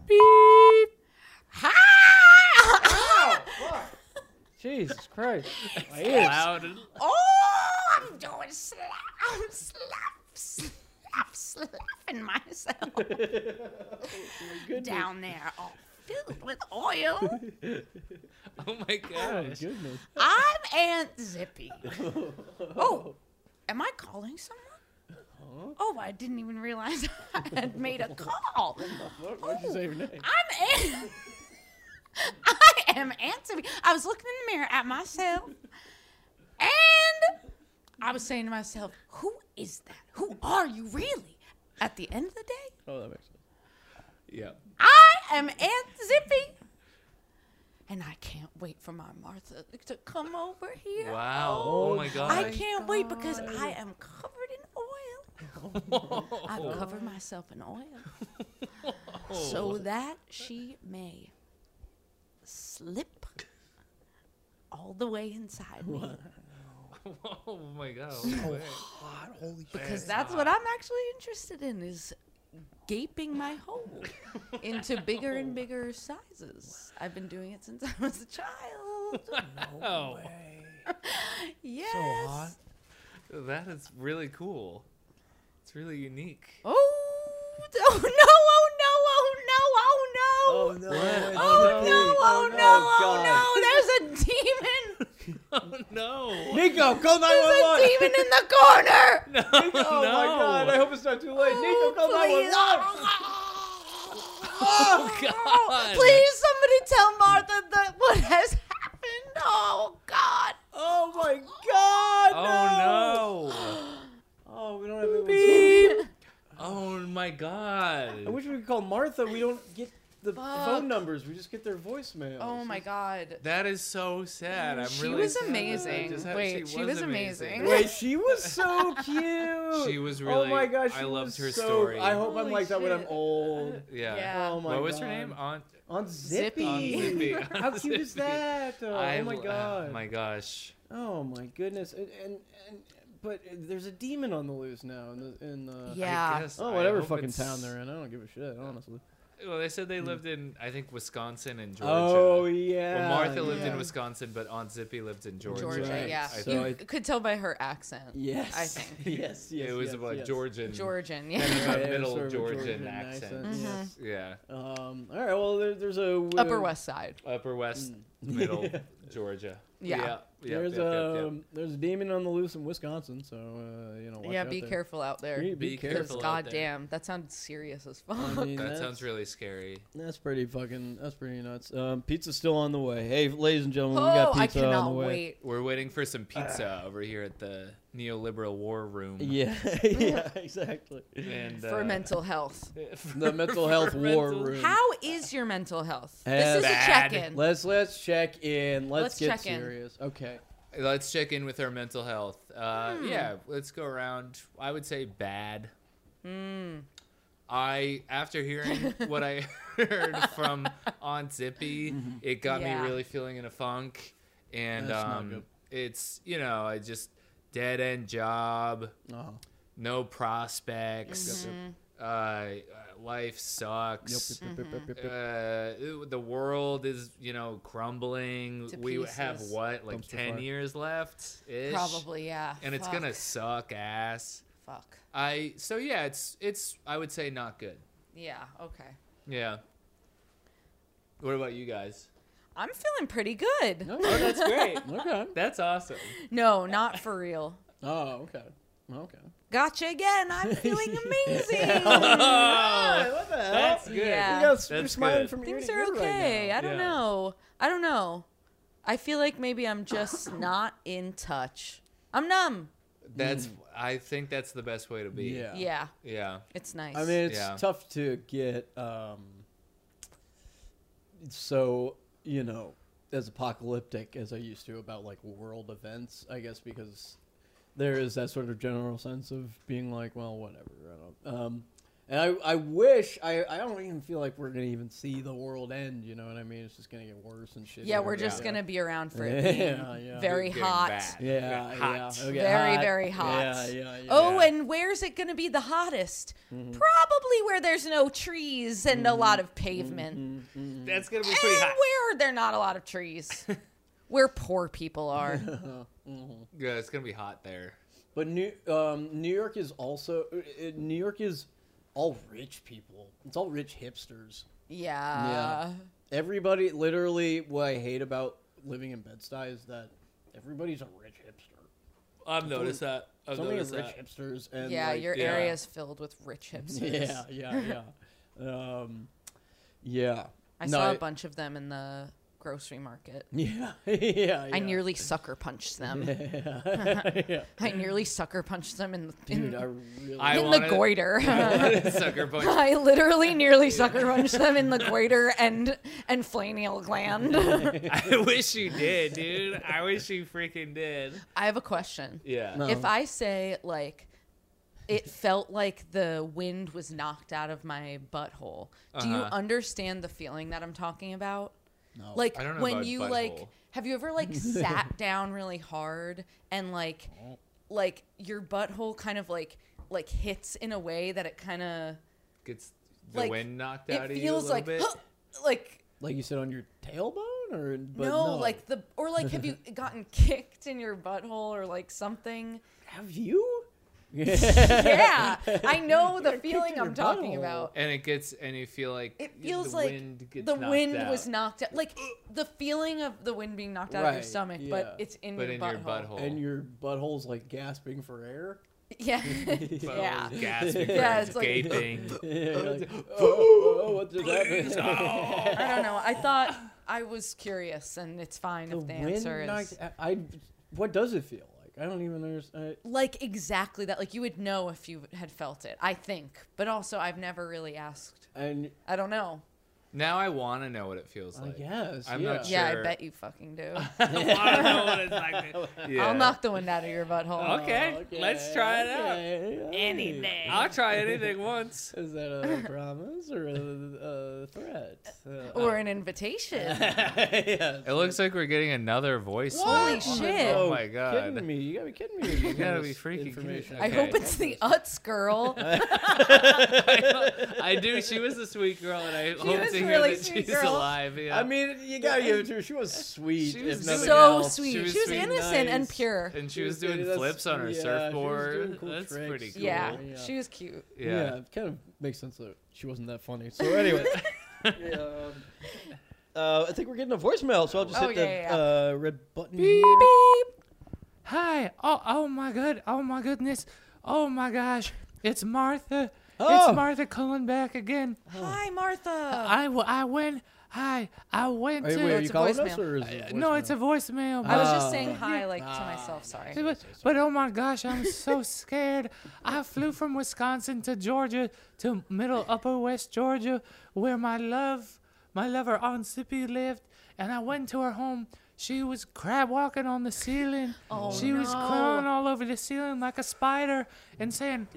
B: Jesus Christ! My ears.
A: Loud and-
G: Oh, I'm doing slap. I'm slap, slap, slapping myself
B: Oh,
G: down there, all filled with oil.
A: Oh my
B: Oh
A: gosh.
B: goodness.
G: I'm Aunt Zippy. Oh, am I calling someone? Oh, I didn't even realize I had made a call.
B: What, why'd you say your name?
G: I'm Aunt. I am Aunt Zippy. I was looking in the mirror at myself, and
C: I was saying to myself, who is that? Who are you really? At the end of the day,
B: Oh, that makes sense.
A: Yeah.
G: I am Aunt Zippy.
C: and I can't wait for my Martha to come over here.
A: Wow. Oh, my god.
C: I can't wait because I am covered in oil. I've covered myself in oil so that she may slip all the way inside me.
A: Oh my god. Oh, wait.
C: Because that's what I'm actually interested in is gaping my hole into bigger and bigger sizes. I've been doing it since I was a child.
A: Oh,
C: Yes.
A: Oh. that is really cool. It's really unique.
C: Oh, oh no, oh no, oh
B: Oh no!
C: no, oh no.
B: it's
C: Oh
B: Nicky.
C: no! Oh no! Oh no!
B: God.
C: There's a demon!
A: Oh no.
B: Nico, call
C: There's a
B: 911.
C: demon in the corner!
A: No.
B: Oh my God! I hope it's not too late. Nico, call
C: Please!
B: 911.
A: Oh god.
C: Please, somebody tell Martha that what has happened. Oh God!
B: Oh my god!
A: Oh
B: no! Oh, we don't have anyone's
A: no. Oh my
B: I
A: god.
B: wish we could call Martha. We don't get the
C: Fuck.
B: phone numbers. We just get their voicemails.
C: Oh my God!
A: That is so sad. I'm
C: She
A: really
C: was
A: sad.
C: amazing.
A: Just ha-
C: Wait, she was amazing.
B: Wait, she was so cute.
A: She was
B: Oh
A: really-
B: my gosh,
A: I
B: she
A: loved
B: was
A: her
B: so-
A: story.
B: I hope I'm
C: Holy
B: like that when I'm
C: shit.
B: old.
A: Yeah.
C: Yeah.
B: Oh my god.
A: what was her name? Aunt
B: On Zippy.
A: Aunt Zippy.
B: How cute is that? Oh,
A: I
B: my
A: lo- ah, uh,
B: god.
A: my gosh.
B: Oh my goodness. And, and, and but there's a demon on the loose now in the in the
A: I
C: Yeah.
A: guess
B: Oh,
A: I
B: whatever
A: hope
B: fucking
A: it's-
B: town they're in, I don't give a shit, honestly.
A: Well, they said they lived in, I think, Wisconsin and Georgia.
B: Oh yeah.
A: Well, Martha lived
B: yeah.
A: in Wisconsin, but Aunt Zippy lived in Georgia.
C: Georgia,
B: Right.
C: yeah.
A: I
B: So
C: you
A: think
B: I-
C: could tell by her accent.
B: Yes.
C: I think.
B: yes. Yes.
A: it was
B: yes,
A: like
B: yes.
A: Georgian.
C: Georgian, yeah.
A: And
B: Right,
A: a
B: it was
A: middle
B: sort of a
A: Georgian,
B: accent,
A: accent.
C: Mm-hmm.
B: Yes.
A: Yeah,
B: Um. All right. Well, there, there's a
C: Upper West Side.
A: Upper West, middle Georgia.
C: Yeah.
A: Yep,
B: Mm, Hmm. there's um,
A: yep,
B: a
A: yep, yep.
B: there's a demon on the loose in Wisconsin, so uh, you know. Watch
C: yeah,
B: out
C: be
B: there.
C: careful out there.
B: Be, be
A: Be
B: careful.
C: Because
A: careful out there.
C: goddamn, that sounds serious as fuck.
B: I mean,
A: That
B: that's-
A: sounds really scary.
B: That's pretty fucking. That's pretty nuts. Um, pizza's still on the way. Hey, ladies and gentlemen, we
C: oh,
B: got
C: I
B: pizza on the
C: cannot
B: way.
C: wait.
A: We're waiting for some pizza
B: Ah.
A: over here at the neoliberal war room.
B: Yeah, yeah, exactly.
A: And,
C: for
A: uh,
C: mental health.
B: The mental health war room.
C: How is your mental health?
B: Eh,
C: This is
A: bad.
C: a check-in.
B: Let's let's check in. Let's,
C: Let's
B: get
C: check in.
B: serious. Okay.
A: Let's check in with our mental health. Uh,
C: Hmm.
A: Yeah, let's go around. I would say bad.
C: Hmm,
A: I after hearing what I heard from Aunt Zippy, it got
C: Yeah.
A: me really feeling in a funk, and
B: Mm-hmm. That's not
A: um,
B: good.
A: it's you know I just dead end job,
B: Uh-huh.
A: no prospects,
C: Mm-hmm.
A: uh, uh, life
B: Yep,
A: sucks.
B: yep, yep, yep, yep, yep.
A: uh, the world is you know crumbling.
C: To
A: we have
C: pieces.
A: what like
B: Dumpster
A: ten
B: fire.
A: years left, ish.
C: Probably, yeah.
A: And it's
C: Fuck,
A: gonna suck ass.
C: fuck.
A: I so yeah, it's it's I would say not good.
C: Yeah. Okay.
A: Yeah. What about you guys?
C: I'm feeling pretty good.
B: No,
A: Oh, that's great.
B: Mm-hmm. okay.
A: That's awesome.
C: No, not for real.
B: Oh, okay. Okay.
C: Gotcha again. I'm feeling amazing. Mm.
A: Oh,
B: what the hell?
A: that's good.
C: Yeah.
B: You got, you're
A: That's
B: smiling
A: good.
B: from ear
C: Things
B: to
C: are
B: ear right
C: okay.
B: now.
C: I don't
A: Yeah.
C: know. I don't know. I feel like maybe I'm just not in touch. I'm numb.
A: That's I think that's the best way to be.
B: Yeah.
C: Yeah,
A: Yeah.
C: it's nice.
B: I mean, it's
A: Yeah.
B: tough to get. Um, so you know, as apocalyptic as I used to about like world events, I guess because there is that sort of general sense of being like, well, whatever. I don't. Um, and I, I wish I, I don't even feel like we're gonna even see the world end. You know what I mean? It's just gonna get worse and shit.
C: yeah,
B: and
C: we're
B: everything.
C: just gonna be around for it. being
B: Yeah, yeah.
C: Very
A: Getting
C: hot.
A: bad.
B: Yeah,
A: Getting
B: yeah. Mm.
A: hot.
B: it'll get
C: Very,
B: hot.
C: very hot.
B: Yeah, yeah, yeah. Mm-hmm.
C: Oh,
A: Yeah.
C: and where's it going to be the hottest? Probably where there's no trees and a lot of pavement.
B: Mm-hmm.
A: That's gonna be
C: And
A: pretty hot.
C: where are there not a lot of trees? where poor people are.
A: Yeah, it's gonna be hot there.
B: But New um, New York is also uh, uh, New York is all rich people. It's all rich hipsters.
C: Yeah.
B: Everybody, literally, what I hate about living in Bed Stuy is that everybody's a rich hipster.
A: I've noticed that. I've
B: so many rich
A: noticed that.
B: hipsters, and
C: yeah,
B: like,
C: your
A: yeah.
C: area is filled with rich hipsters.
B: yeah, yeah, yeah, um, yeah.
C: I
B: No,
C: saw a
B: it-
C: bunch of them in the grocery market.
B: Yeah, yeah, yeah.
C: I nearly sucker punched them.
B: yeah.
C: I nearly sucker punched them in the, in,
B: Dude, I really.
A: I
C: in the
A: wanted-
C: goiter.
A: Sucker punch.
C: I literally nearly sucker punched them in the goiter and and flanial gland.
A: I wish you did, dude. I wish you freaking did.
C: I have a question.
A: Yeah.
B: No.
C: If I say like it felt like the wind was knocked out of my butthole, do you
A: Uh-huh. Oh,
C: understand the feeling that I'm talking about?
B: No.
C: Like
A: I don't know
C: when
A: about
C: you
A: butthole.
C: like have you ever like sat down really hard and like like your butthole kind of like like hits in a way that it kind of
A: Gets the
C: Like,
A: wind knocked out
C: it
A: of you a
C: feels
A: little
C: like
A: bit.
C: like
B: like you said on your tailbone, or but
C: no,
B: no,
C: like the or like have you gotten kicked in your butthole or like something?
B: have you?
C: Yeah, I know the feeling
B: in your
C: I'm talking
B: butthole.
C: about.
A: and it gets and you feel like
C: It feels
A: the
C: like
A: wind gets
C: the
A: knocked
C: wind
A: out,
C: was knocked out, like the feeling of the wind being knocked out of your
B: Right,
C: stomach,
B: yeah.
C: but it's in,
A: but
C: your,
A: in
C: butthole.
A: your butthole.
B: and your butthole's like gasping for air.
C: Yeah,
A: Butthole's
C: yeah,
A: gasping,
C: Yeah,
A: it's
C: it's like-
A: gaping.
B: Yeah, you're like, oh, oh, oh, what just
A: Please,
B: happened?
A: oh.
C: I don't know. I thought I was curious, and it's fine
B: The
C: if the
B: wind
C: answer is
B: knocked- I, I- what does it feel like? I don't even understand.
C: like exactly that. Like you would know if you had felt it. I think, but also I've never really asked.
B: And
C: I don't know.
A: Now I want to know what it feels
B: I
A: like.
B: guess,
A: I'm
B: Oh, yeah.
A: not sure.
C: Yeah, I bet you fucking
A: I
C: do.
A: want to know what it's like. to- Yeah.
C: I'll knock the wind out of your butthole.
B: Oh,
A: Okay, let's try it out.
B: out. Anything.
A: I'll try anything once.
B: Is that a promise or a, a threat? Uh,
C: Or an invitation.
B: yes.
A: It looks like we're getting another voice.
C: Holy
A: mail.
C: shit.
A: Oh my
B: Kidding
A: god.
B: me? You gotta be kidding me! with this
A: gotta
B: kind of
A: be freaking kidding-
B: information.
C: I
A: Okay.
C: hope it's the Utz girl.
A: I do. She was a sweet girl, and I hope
C: was
A: to hear
C: really
A: that
C: sweet
A: she's
C: girl.
A: alive. Yeah.
B: I mean, you gotta give it to her. She was sweet.
A: She
B: if
A: was
B: nothing
C: so
B: else.
C: sweet.
A: She
C: She
A: was
C: was,
A: sweet,
C: innocent and
B: nice.
C: pure.
A: and she was
B: Dude,
A: doing
B: that's-
A: flips on her
B: yeah, she was doing
A: surfboard.
B: cool
A: That's
B: tricks.
A: pretty cool.
C: yeah,
B: yeah.
C: she was cute.
A: Yeah.
B: it kind of makes sense that she wasn't that funny. So anyway, um, Uh, I think we're getting a voicemail, so I'll just
A: Oh,
B: hit
A: yeah,
B: the
A: yeah,
B: Uh, red button. here.
H: Beep. Hi. Oh, oh my good. Oh my goodness. Oh my gosh. It's Martha.
B: Oh.
H: It's Martha calling back again.
A: Hi,
C: Oh.
A: Martha.
H: I, w- I went. Hi. I went
B: Wait,
H: to.
B: wait, are
A: it's
B: you
A: a
B: calling
A: voicemail. Uh,
B: us or is it
H: no, it's a
B: voicemail?
H: voicemail.
A: I was
B: Ah.
A: just saying hi, like to myself. Sorry.
H: But, but oh my gosh, I'm so scared. I flew from Wisconsin to Georgia to middle upper west Georgia where my love my lover Aunt Sippy lived and I went to her home. She was crab walking on the ceiling. Oh, she was crawling all over the ceiling like a spider and saying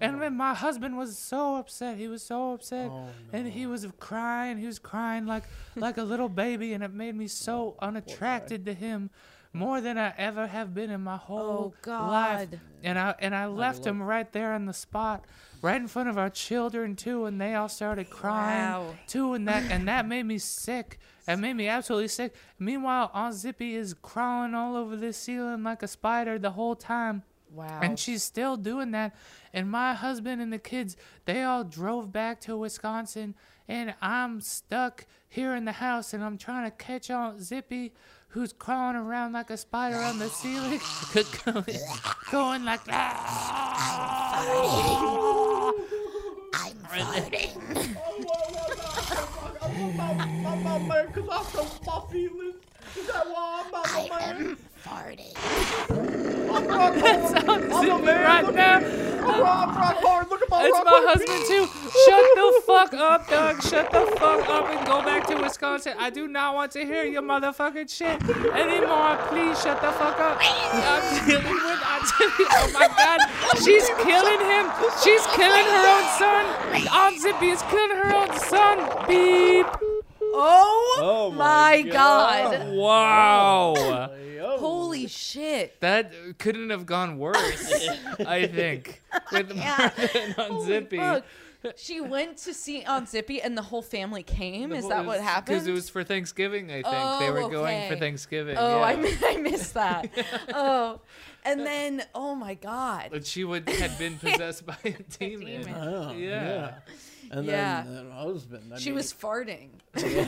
H: And then my husband was so upset. He was so upset, and he was crying. He was crying like like a little baby, and it made me so unattracted to him, more than I ever have been in my whole life.
C: God.
H: And I and I left him right there on the spot, right in front of our children too, and they all started crying
A: Wow.
H: too, and that and that made me sick. That made me absolutely sick. Meanwhile, Aunt Zippy is crawling all over this ceiling like a spider the whole time.
A: Wow.
H: And she's still doing that. And my husband and the kids, they all drove back to Wisconsin. And I'm stuck here in the house and I'm trying to catch Aunt Zippy, who's crawling around like a spider on the ceiling, going, going like "Ah!" That's Aunt Zippy right now. It's my husband too. Shut the fuck up, dog. Shut the fuck up and go back to Wisconsin. I do not want to hear your motherfucking shit anymore. Please shut the fuck up. I'm dealing with Aunt Zippy. Oh my god, she's killing him. She's killing her own son. Aunt Zippy is killing her own son. Beep.
C: Oh,
B: Oh
C: my God.
H: Wow.
B: Yo.
C: Holy shit.
H: That couldn't have gone worse. I think with Martha and Aunt Zippy.
C: Fuck. She went to see Aunt Zippy and the whole family came. Is that what
H: Because
C: happened?
H: it was for Thanksgiving, I think. they
C: Oh,
H: were going for
C: okay.
H: Thanksgiving.
C: oh,
H: yeah.
C: I, mi- I missed that. oh, and then, oh my God.
H: But she would had been possessed by a demon.
B: Oh,
H: Yeah.
B: yeah. And
C: Yeah.
B: then the husband. I
C: She
B: mean,
C: was farting.
H: The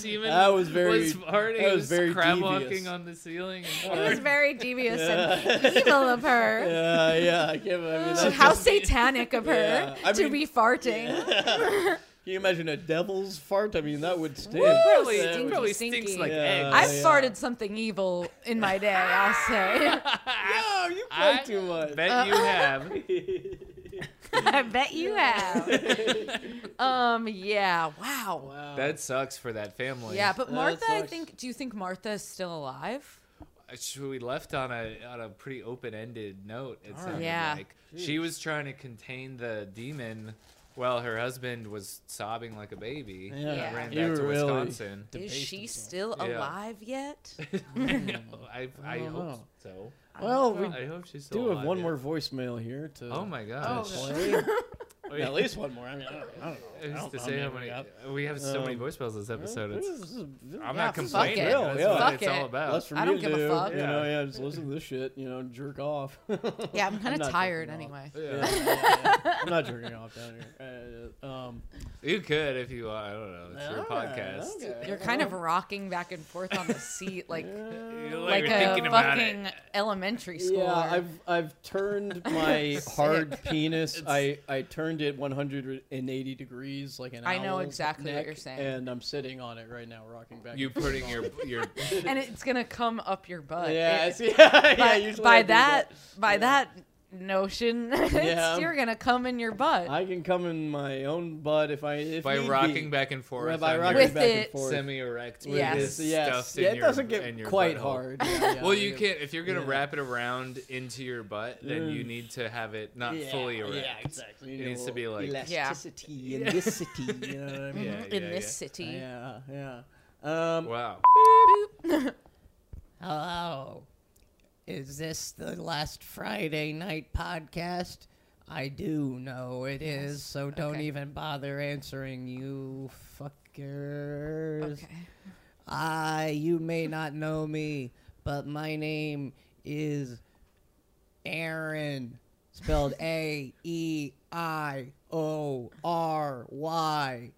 H: demon
B: That was very-
H: was farting.
B: that was
H: was,
B: very
H: crab
B: devious.
H: walking on the ceiling. And
A: It was very devious and evil of her.
B: Yeah, yeah. I can't. I mean, that's
A: How satanic of her
B: Yeah, I
A: to
B: mean-
A: be farting.
B: Can you imagine a devil's fart? I mean, that would stink.
H: probably,
B: That would-
H: probably
C: stinky,
H: stinks
C: stinky.
H: like
B: Yeah.
H: eggs.
C: I've
B: Oh, yeah.
C: farted something evil in my day, I'll say.
B: No, you play
H: I
B: too much.
H: bet you have.
A: I bet you have.
C: um, yeah, wow.
B: Wow.
H: That sucks for that family.
C: Yeah, but
B: That
C: Martha, I
B: sucks.
C: think, do you think Martha is still alive?
H: Uh, she- we left on a on a pretty open ended note. It sounded
C: Yeah.
H: like she was trying to contain the demon, while her husband was sobbing like a baby.
B: Yeah.
H: and ran back
B: You
H: to
B: were really-
H: Wisconsin.
C: Is
B: Debased
C: she
B: himself.
C: still
H: Yeah.
C: alive yet?
H: I, I,
B: don't
H: hope
B: know.
H: so.
B: Well, we
H: I hope she's still
B: do have
H: alive,
B: one
H: yeah.
B: more voicemail here to.
H: Oh my gosh!
B: play.
H: Wait,
B: At least one more. I mean, I don't, I don't know. I
H: who's
B: don't
H: to
B: know
H: say
B: many
H: how
B: we
H: many?
B: got.
H: We have so many
B: Um,
H: voicemails this episode.
B: This
H: It's,
B: is- this is-
H: I'm
B: yeah,
H: not complaining.
C: it.
H: That's
B: Yeah.
H: what
C: Fuck
H: it's all
C: it.
H: about.
B: Less for
C: I
B: me
C: don't
B: to
C: give a
B: do,
C: fuck.
B: You
H: Yeah.
B: know, yeah, just listen to this shit. You know, jerk off.
C: Yeah, I'm
B: not
C: kind of
B: jerking
C: tired
B: off.
C: anyway.
B: Yeah,
H: Yeah.
B: yeah, yeah. I'm not jerking off down here. Uh, um,
H: You could if you want. I don't know. It's your
B: all right,
H: podcast.
B: okay.
C: You're kind of rocking back and forth on the seat like
H: You know,
C: like
H: you're
C: a
H: thinking about it.
C: fucking elementary school.
B: Yeah, I've I've turned my hard penis. I, I turned it 180 degrees like an.
C: I know
B: owl's
C: exactly what
B: neck,
C: you're saying.
B: And I'm sitting on it right now, rocking back.
H: You
B: and forth
H: putting
B: on
H: your
B: it.
H: your
C: and it's gonna come up your butt.
B: Yeah,
C: It-
B: I see, yeah,
C: by,
B: usually
C: by
B: I do
C: that,
B: that.
C: by that notion, it's-
B: Yeah.
C: you're gonna come in your butt
B: I can come in my own butt if I if
H: by
B: need
H: rocking
B: be.
H: back and
B: Yeah,
H: forth.
B: by
H: on
B: rocking
H: your
C: With
B: back and
C: it.
B: forth.
H: semi-erect. with
C: Yes.
H: this
B: yes,
H: stuff
B: yeah,
H: in
B: it
H: your-
B: doesn't
H: in
B: get
H: your
B: quite
H: butthole.
B: hard. Yeah, yeah,
H: Well,
B: I
H: you
B: mean,
H: can't if you're gonna
B: yeah.
H: wrap it around into your butt, then you
B: Mm.
H: need to have it not
B: yeah,
H: fully erect.
B: Yeah, exactly.
H: It needs to be like- Yeah.
B: elasticity in this city. You know what I mean?
H: Yeah,
C: in
H: yeah,
C: this
H: yeah.
C: city.
B: Yeah, yeah. Um,
H: Wow.
I: Hello. Is this the last Friday night podcast? I do know it is, so don't
C: Okay.
I: even bother answering, you fuckers.
C: Okay.
I: Ah, you may not know me, but my name is Aaron, spelled A E
J: I O R Y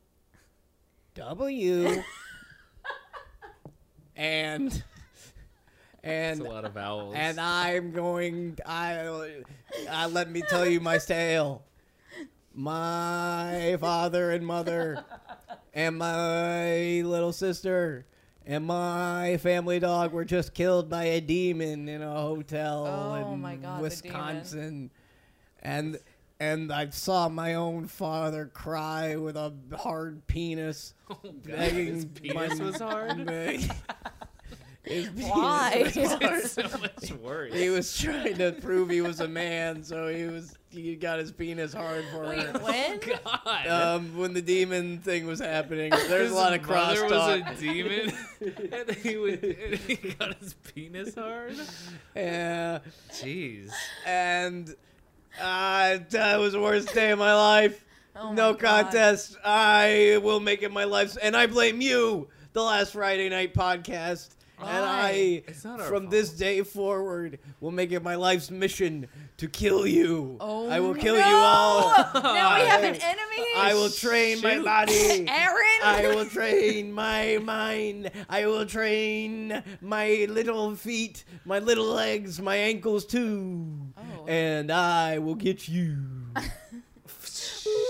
J: W and
A: It's a
J: and
A: lot of vowels.
J: and I'm going I I let me tell you my tale. My father and mother and my little sister and my family dog were just killed by a demon in a hotel
C: Oh
J: in
C: my God, the
J: Wisconsin. And and I saw my own father cry with a hard penis.
A: oh, God,
J: begging
A: his penis
J: my-
A: was hard.
J: His penis
C: Why?
J: was hard.
A: It's so much worse.
J: He was trying to prove he was a man, so he was he got his penis hard for her.
H: Oh,
C: when?
A: God.
J: Um, when the demon thing was happening, there's
A: His
J: a lot of
A: mother
J: crosstalk,
A: was a demon, and he, would, and he got his penis hard.
J: yeah,
A: Jeez.
J: and uh, that was the worst day of my life.
C: Oh my
J: no
C: God.
J: contest. I will make it my life's, and I blame you. The last Friday night podcast, and I,
C: Why?
A: It's not our
J: from this day forward, will make it my life's mission to kill you.
C: Oh,
J: I will kill you all.
C: now we have an
J: Alright.
C: enemy.
J: I will train my
A: Shoot.
J: body.
C: Aaron.
J: I will train my mind. I will train my little feet, my little legs, my ankles too.
C: Oh.
J: And I will get you.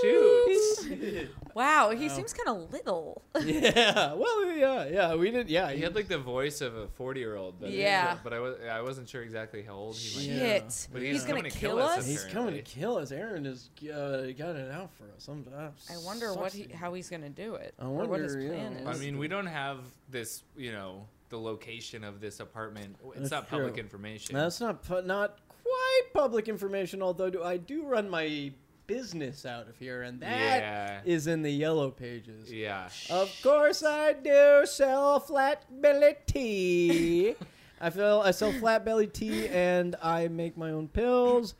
A: Shoot.
C: Wow, he seems kind of little.
B: yeah. Well, yeah, yeah. We didn't. Yeah.
A: He had like the voice of a forty-year-old, but
C: Yeah.
A: but I was I wasn't sure exactly how old he might. be.
C: Shit.
A: But
C: he's, gonna, kill, us.
B: he's coming to
A: apparently.
B: kill us. Aaron has uh, got it out for us. I'm, I'm
C: I wonder what he,
B: saucy.
C: how he's gonna do it,
B: I
C: or what his
B: wonder, yeah.
C: plan
B: I
A: I
C: is.
A: mean, we don't have this, you know, the location of this apartment. It's
B: That's
A: not public
B: true.
A: information.
B: That's not pu- not quite public information, although do, I do run my business out of here, and that
A: yeah.
B: is in the yellow pages.
A: Yeah.
B: Of course, I do sell flat belly tea. I feel I sell flat belly tea, and I make my own pills,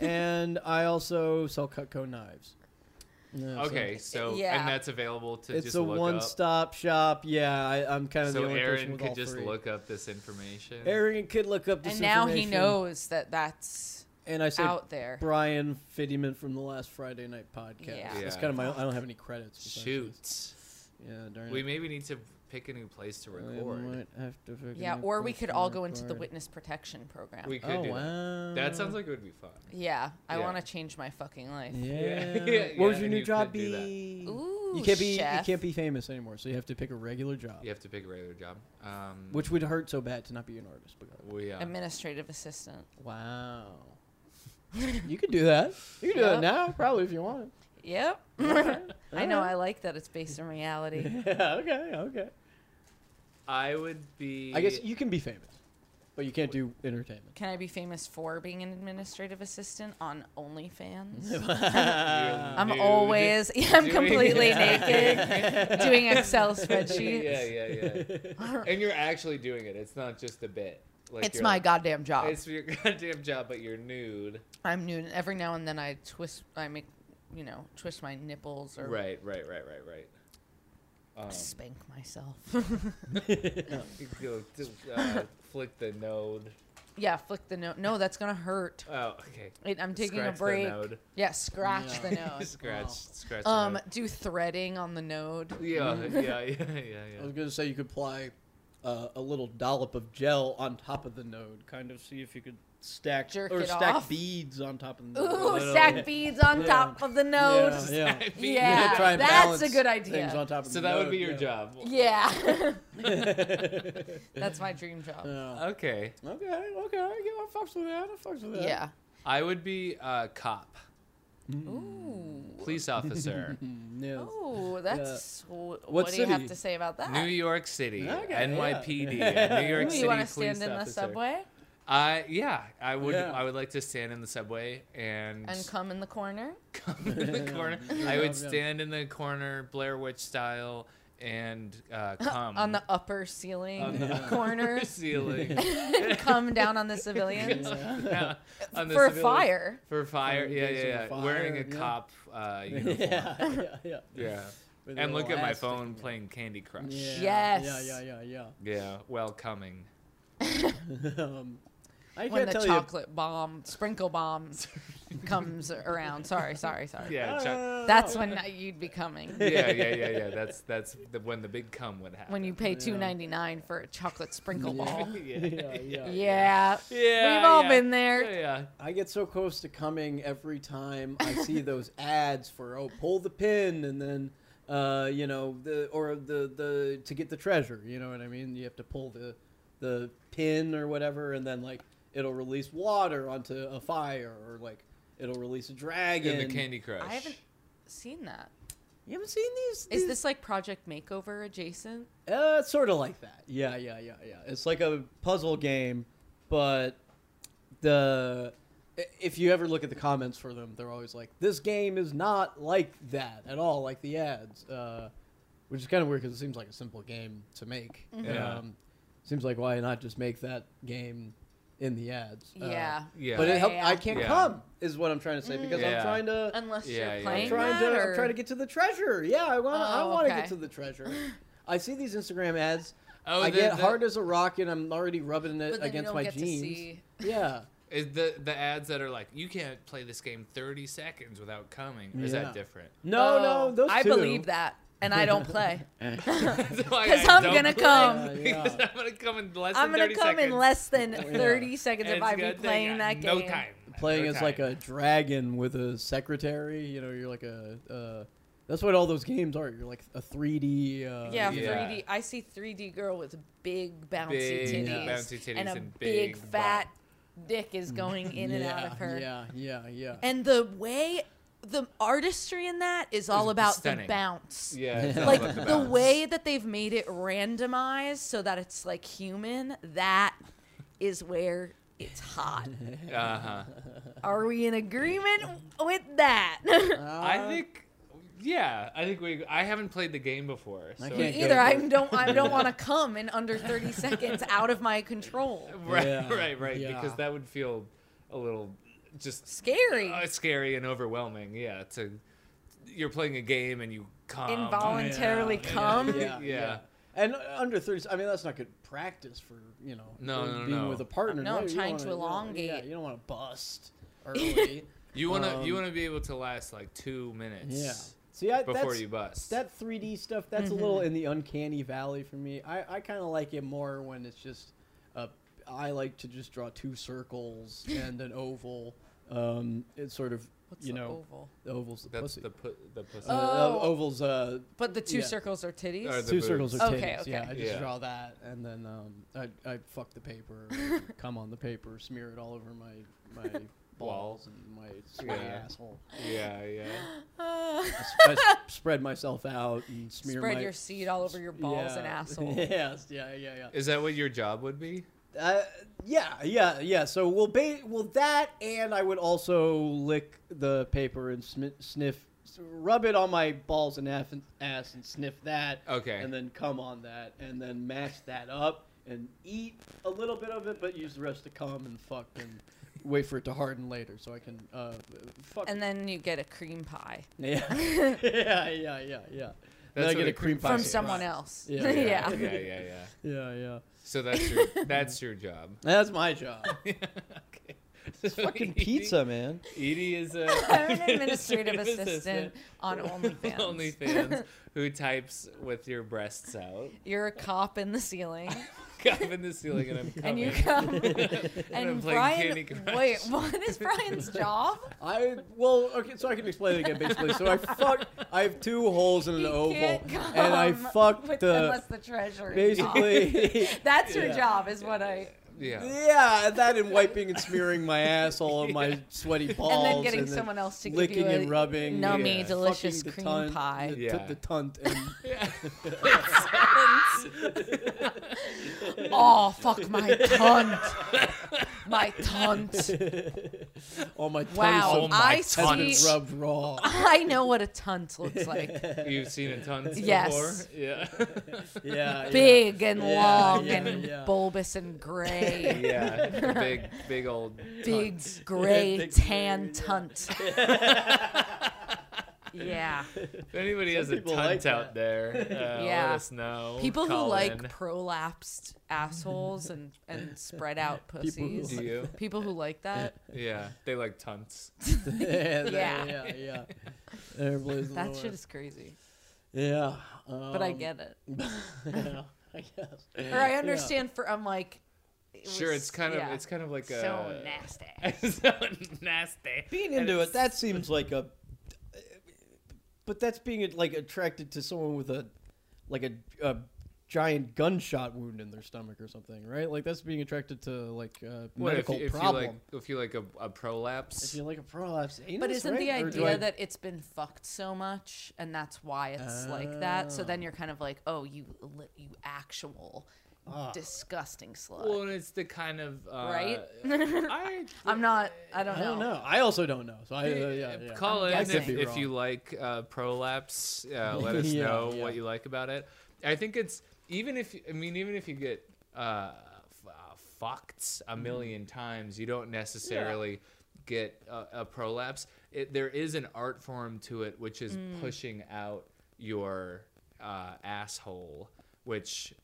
B: and I also sell Cutco knives. Yeah, so
A: Okay, so
C: Yeah.
A: and that's available to
B: It's
A: just
B: a
A: look up.
B: one-stop shop. Yeah, I, I'm kind of
A: so
B: the only person
A: Aaron
B: with
A: could
B: all
A: just
B: three.
A: look up this information.
B: Aaron could look up this
C: and now he
B: information,
C: knows that that's
B: And I said
C: out there.
B: Brian Fiddyman from the last Friday night podcast.
C: Yeah.
B: That's
A: Yeah.
B: kind of my. I don't have any credits. besides this.
A: Shoot.
B: Yeah, darn.
A: We
B: it.
A: maybe need to pick a new place to
B: I
A: record.
B: might have to figure
C: Yeah,
B: out
C: or we
B: place
C: could
B: to
C: all go into the
B: record.
C: witness protection program.
A: We could
B: Oh
A: do that.
B: wow.
A: That sounds like it would be fun.
C: yeah, I
A: Yeah.
C: want to change my fucking life.
B: Yeah.
A: Yeah, yeah,
B: what would
A: and
B: your new
A: you
B: job
A: could do that.
B: be?
C: Ooh,
B: you can't be.
C: chef.
B: You can't be famous anymore, so you have to pick a regular job,
A: You have to pick a regular job. Um,
B: which would hurt so bad to not be an artist. But
A: we, uh,
C: Administrative assistant.
B: wow. you could do that. You could do that
C: Yep.
B: now, probably if you want.
C: Yep. I know. I like that it's based in reality.
B: yeah. Okay. Okay.
A: I would be.
B: I guess you can be famous, but you can't do entertainment.
C: Can I be famous for being an administrative assistant on OnlyFans? I'm
A: nude.
C: always, yeah, I'm
A: doing-
C: completely
A: Yeah.
C: naked, doing Excel spreadsheets.
A: Yeah, yeah, yeah. and you're actually doing it. It's not just a bit. Like
C: It's
A: you're
C: my
A: like-
C: goddamn job.
A: It's your goddamn job, but you're nude.
C: I'm nude, and every now and then I twist, I make, you know, twist my nipples or
A: Right, right, right, right, right. Um,
C: spank myself.
A: you go to, uh, flick the node.
C: yeah, flick the note. No, that's gonna hurt.
A: Oh, okay.
C: Wait, I'm taking
A: Scratch
C: a
A: the
C: break.
A: node.
C: Yeah, scratch the node.
A: scratch, scratch. the
C: Um,
A: node.
C: do threading on the node.
A: Yeah, yeah, yeah, yeah,
B: I was
A: yeah.
B: gonna say you could apply uh, a little dollop of gel on top of the node, kind of see if you could stack
C: Jerk
B: or
C: it
B: stack
C: off.
B: beads on top of the node.
C: Ooh,
A: Little-
C: stack beads on
B: Yeah.
C: top of the node.
B: Yeah, yeah.
A: I mean,
C: Yeah,
B: You could try and
C: that's
B: balance
C: a good
B: Things
C: idea.
B: on top of
A: So
B: the
A: that would
B: node,
A: be your
B: yeah.
A: job.
C: Yeah. That's my dream job.
B: Yeah.
A: Okay.
B: Okay, okay, yeah, I fucks with that. I fucks with that.
C: Yeah.
A: I would be a cop,
C: Ooh.
A: police officer,
B: Mm, yeah.
C: Oh, that's sw- what,
B: What
C: do you have
B: city?
C: to say about that?
A: New York City,
B: Okay, yeah.
A: NYPD, a New York
C: Ooh,
A: City
C: you want to
A: police
C: stand in the
A: officer.
C: subway
A: I yeah, I would.
B: Yeah.
A: I would like to stand in the subway and,
C: and come in the corner?
A: come in the corner. I
B: Yeah,
A: would
B: yeah.
A: stand in the corner, Blair Witch style, and uh, come
C: on the upper ceiling
A: On the upper
C: corner,
A: ceiling.
C: come down on the civilians
A: Yeah, on the
C: for a
A: civilian-
C: fire.
A: For fire, yeah, yeah,
B: Foundation
A: yeah.
B: fire,
A: Wearing a
B: yeah.
A: cop uh, uniform.
B: yeah, yeah, yeah.
A: Yeah.
B: With a
A: And look
B: little
A: at my
B: ass
A: phone
B: sticking
A: playing Candy Crush.
B: out.
A: Yeah.
B: Yeah, Yeah,
C: Yes.
B: yeah, yeah, yeah.
A: well, coming.
B: um, I
C: when
B: can't
C: the
B: tell you.
C: chocolate bomb, sprinkle bomb comes around. Sorry, sorry, sorry.
B: Uh, Ah.
A: Yeah, Chuck.
C: That's when you'd be coming.
A: Yeah, yeah, yeah, yeah. That's that's the, when the big cum would happen.
C: When you pay two ninety nine for a chocolate sprinkle ball.
A: yeah.
B: yeah.
C: Yeah.
A: yeah,
C: We've all
A: yeah.
C: been there.
A: Yeah, yeah.
B: I get so close to coming every time I see those ads for oh pull the pin and then uh, you know the or the the to get the treasure you know what I mean you have to pull the the pin or whatever and then like it'll release water onto a fire or like it'll release a dragon
A: In the Candy Crush.
C: I haven't seen that.
B: you haven't seen these
C: Is this like Project Makeover adjacent?
B: Uh, it's sort of like that. Yeah, yeah, yeah, yeah. It's like a puzzle game, but the i- if you ever look at the comments for them, they're always like, "This game is not like that at all, like the ads," uh, which is kind of weird because it seems like a simple game to make.
C: Mm-hmm.
A: Yeah.
B: Um, seems like why not just make that game in the ads? Uh,
C: yeah.
A: Yeah.
B: But it helped.
C: Yeah. Mm.
B: I can't
A: Yeah.
B: come is what I'm trying to say because
A: Yeah.
B: I'm trying to
C: Unless
A: Yeah,
C: you're
A: yeah,
C: playing
A: yeah.
B: trying
C: that,
B: to
C: or...
B: I'm trying to get to the treasure. Yeah, I want to I
C: Oh,
B: want to
C: okay.
B: get to the treasure. I see these Instagram ads.
A: Oh,
B: I
A: the-
B: get
A: the-
B: hard as a rock and I'm already rubbing it
C: but then you
B: against
C: don't
B: my
C: get
B: jeans.
C: to see.
B: Yeah.
A: Is the the ads that are like you can't play this game 30 seconds without coming? Or Is
B: Yeah.
A: that different?
B: No,
C: Oh,
B: no, those
C: I
B: two.
C: believe that, and I don't play because
A: Because
C: I'm gonna come.
B: Yeah,
A: Because
B: yeah.
A: I'm gonna come in less
C: I'm
A: than 30
C: gonna come
A: seconds.
C: in less than 30 seconds
A: and
C: if
A: it's
C: I
A: gonna
C: be
A: take,
C: playing
A: uh,
C: that
A: no
C: game.
A: Time.
B: Playing
A: no
B: as like
A: time.
B: a dragon with a secretary. You know, you're like a. Uh, that's what all those games are. You're like a 3D. Uh,
C: Yeah,
A: Um, Yeah.
C: 3D. I see 3D girl with big bouncy
A: Big
C: titties,
A: bouncy titties
C: and a
A: and big
C: big,
A: butt.
C: fat dick is going in and out
B: yeah,
C: of her.
B: Yeah, yeah, yeah.
C: And the way the artistry in that is all
A: It's
C: about
A: stunning.
C: the bounce.
A: yeah, it's all
C: Like
A: about
C: the,
A: balance.
C: way that they've made it randomized so that it's like human, that is where it's hot.
A: Uh-huh.
C: Are we in agreement with that?
A: I
B: Uh-huh.
A: think. Yeah, I think we. I haven't played the game before. So
B: can't
A: it's-
B: go
C: Either I don't I don't want to come in under 30 seconds out of my control.
A: Right,
B: Yeah,
A: right, right. Because
B: yeah.
A: that would feel a little just
C: Scary.
A: uh, scary and overwhelming. Yeah, to you're playing a game and you come
C: Involuntarily come.
B: yeah,
A: Yeah.
B: yeah. And uh, under 30, I mean, that's not good practice for, you know,
A: No,
B: for
A: no,
B: being
A: no.
B: with a partner.
C: No, I'm
B: you
C: trying
B: don't wanna-
C: to
B: you don't-
C: elongate.
B: Yeah, you don't want to bust early.
A: You wanna you
B: Um,
A: wanna be able to last like two minutes.
B: yeah. See, I,
A: Before
B: that's,
A: you bust.
B: that 3D stuff, that's a
C: Mm-hmm.
B: little in the uncanny valley for me. I, I kind of like it more when it's just, uh, I like to just draw two circles and an oval. Um, it's sort of,
C: What's
B: you
C: the
B: know,
C: oval?
B: the oval's the
A: That's
B: pussy.
A: the put the pussy.
B: uh, uh,
C: Oh.
B: oval's uh,
C: But the two
B: Yeah.
C: circles are titties.
A: Are the-
B: two circles
A: boobs.
B: are
C: Okay,
B: titties.
C: okay.
B: Yeah, I just
A: Yeah.
B: draw that, and then um, I I fuck the paper, and come on the paper, smear it all over my my balls and my sweaty
A: Yeah.
B: asshole.
A: yeah, yeah.
B: I,
C: Ah.
B: sp- I s- spread myself out and smear
C: Spread
B: my
C: your seed all over your balls and
B: yeah.
C: asshole.
B: yes, yeah, yeah, yeah.
A: Is that what your job would be?
B: Uh, yeah, yeah, yeah. So we'll ba- well that, and I would also lick the paper and smi- sniff, rub it on my balls and aff- ass and sniff that.
A: Okay.
B: And then come on that, and then mash that up and eat a little bit of it, but use the rest to come and fuck and wait for it to harden later, so I can uh, fuck.
C: And then you get a cream pie
B: yeah, yeah, yeah, yeah, yeah. Then I
A: what
B: get
A: a
B: a
A: cream
B: cream pie
C: from
A: Right.
C: someone else.
B: Yeah.
A: yeah,
C: Yeah.
A: yeah, yeah. yeah.
B: Yeah, yeah.
A: So that's your that's your job.
B: That's my job.
A: okay.
B: Fucking pizza, man.
A: Edie is a
C: I'm an administrative assistant on OnlyFans.
A: OnlyFans who types with your breasts out,
C: You're a cop in the ceiling,
A: cup in the ceiling, and I'm
C: and
A: coming.
C: you come.
A: I'm playing
C: and Brian,
A: Candy Crush.
C: wait, what is Brian's job?
B: I well, okay, so I can explain it again basically. So I fuck I have two holes in an
C: He
B: oval
C: can't
B: and I
C: come
B: fucked
C: with-
B: the
C: unless the treasurer. is off.
B: basically
C: That's your
B: Yeah.
C: job, is what I.
A: yeah.
B: Yeah, that and wiping and smearing my asshole and my sweaty balls
C: And then getting someone else to give
B: licking
C: you a
B: and rubbing
C: nummy,
B: and
C: delicious
B: fucking the
C: cream
B: tunt-
C: pie.
B: the, tu-
A: Yeah.
B: the tunt and
C: oh fuck my cunt, my cunt.
B: all my tunts
C: Wow,
B: of
A: my
C: I
B: has
A: tunt.
B: been
C: see.
B: rubbed raw.
C: I know what a tunt looks like.
A: You've seen a ton
C: Yes.
A: before. Yeah.
B: Yeah,
C: Big and
B: Yeah,
C: long
B: yeah,
C: and
B: yeah.
C: bulbous and gray.
A: yeah. Big big old
C: Big gray
B: Big
C: tan tunt. Yeah.
A: If anybody has a
B: people
A: cunt
B: like
A: out there, uh,
C: Yeah.
A: let us know.
C: People who
A: Call
C: like
A: in.
C: prolapsed assholes and, and spread out pussies.
B: People who
A: Do you?
C: People who like that.
A: Yeah, they like tunts.
B: yeah,
C: Yeah.
B: yeah, yeah. There blows the
C: That
B: door.
C: shit is crazy.
B: Yeah,
C: But I
B: um,
C: get it.
B: Yeah, I guess.
C: Or I understand for I'm like it
A: Sure,
C: was-
A: it's kind of
C: yeah.
A: it's kind of like
F: So
A: a
F: nasty.
A: so nasty.
B: Being into it, that seems like a. But that's being like attracted to someone with a, like a, a giant gunshot wound in their stomach or something, right? Like that's being attracted to like a
A: What if,
B: medical
A: you- if you
B: problem.
A: like if you like a, a prolapse?
B: if you like a prolapse, anus,
C: But isn't
B: right?
C: the
B: Or do
C: idea
B: I-
C: that it's been fucked so much and that's why it's like that? So then you're kind of like, oh, you li- you actual
B: ah,
C: disgusting slut.
A: well, and it's the kind of uh,
C: Right?
A: I,
C: I'm not. I don't
B: I
C: know.
B: don't know. I also don't know. So I uh,
A: Uh,
B: yeah, yeah.
A: Call in
B: I could
A: if,
B: be
A: if
B: wrong.
A: you like uh, prolapse. Uh, let us
B: Yeah,
A: know
B: yeah.
A: what you like about it. I think it's even if I mean even if you get uh, f- uh, fucked
B: Mm-hmm.
A: a million times, you don't necessarily get a, a prolapse. It, there is an art form to it, which is
B: Mm.
A: pushing out your uh, asshole, which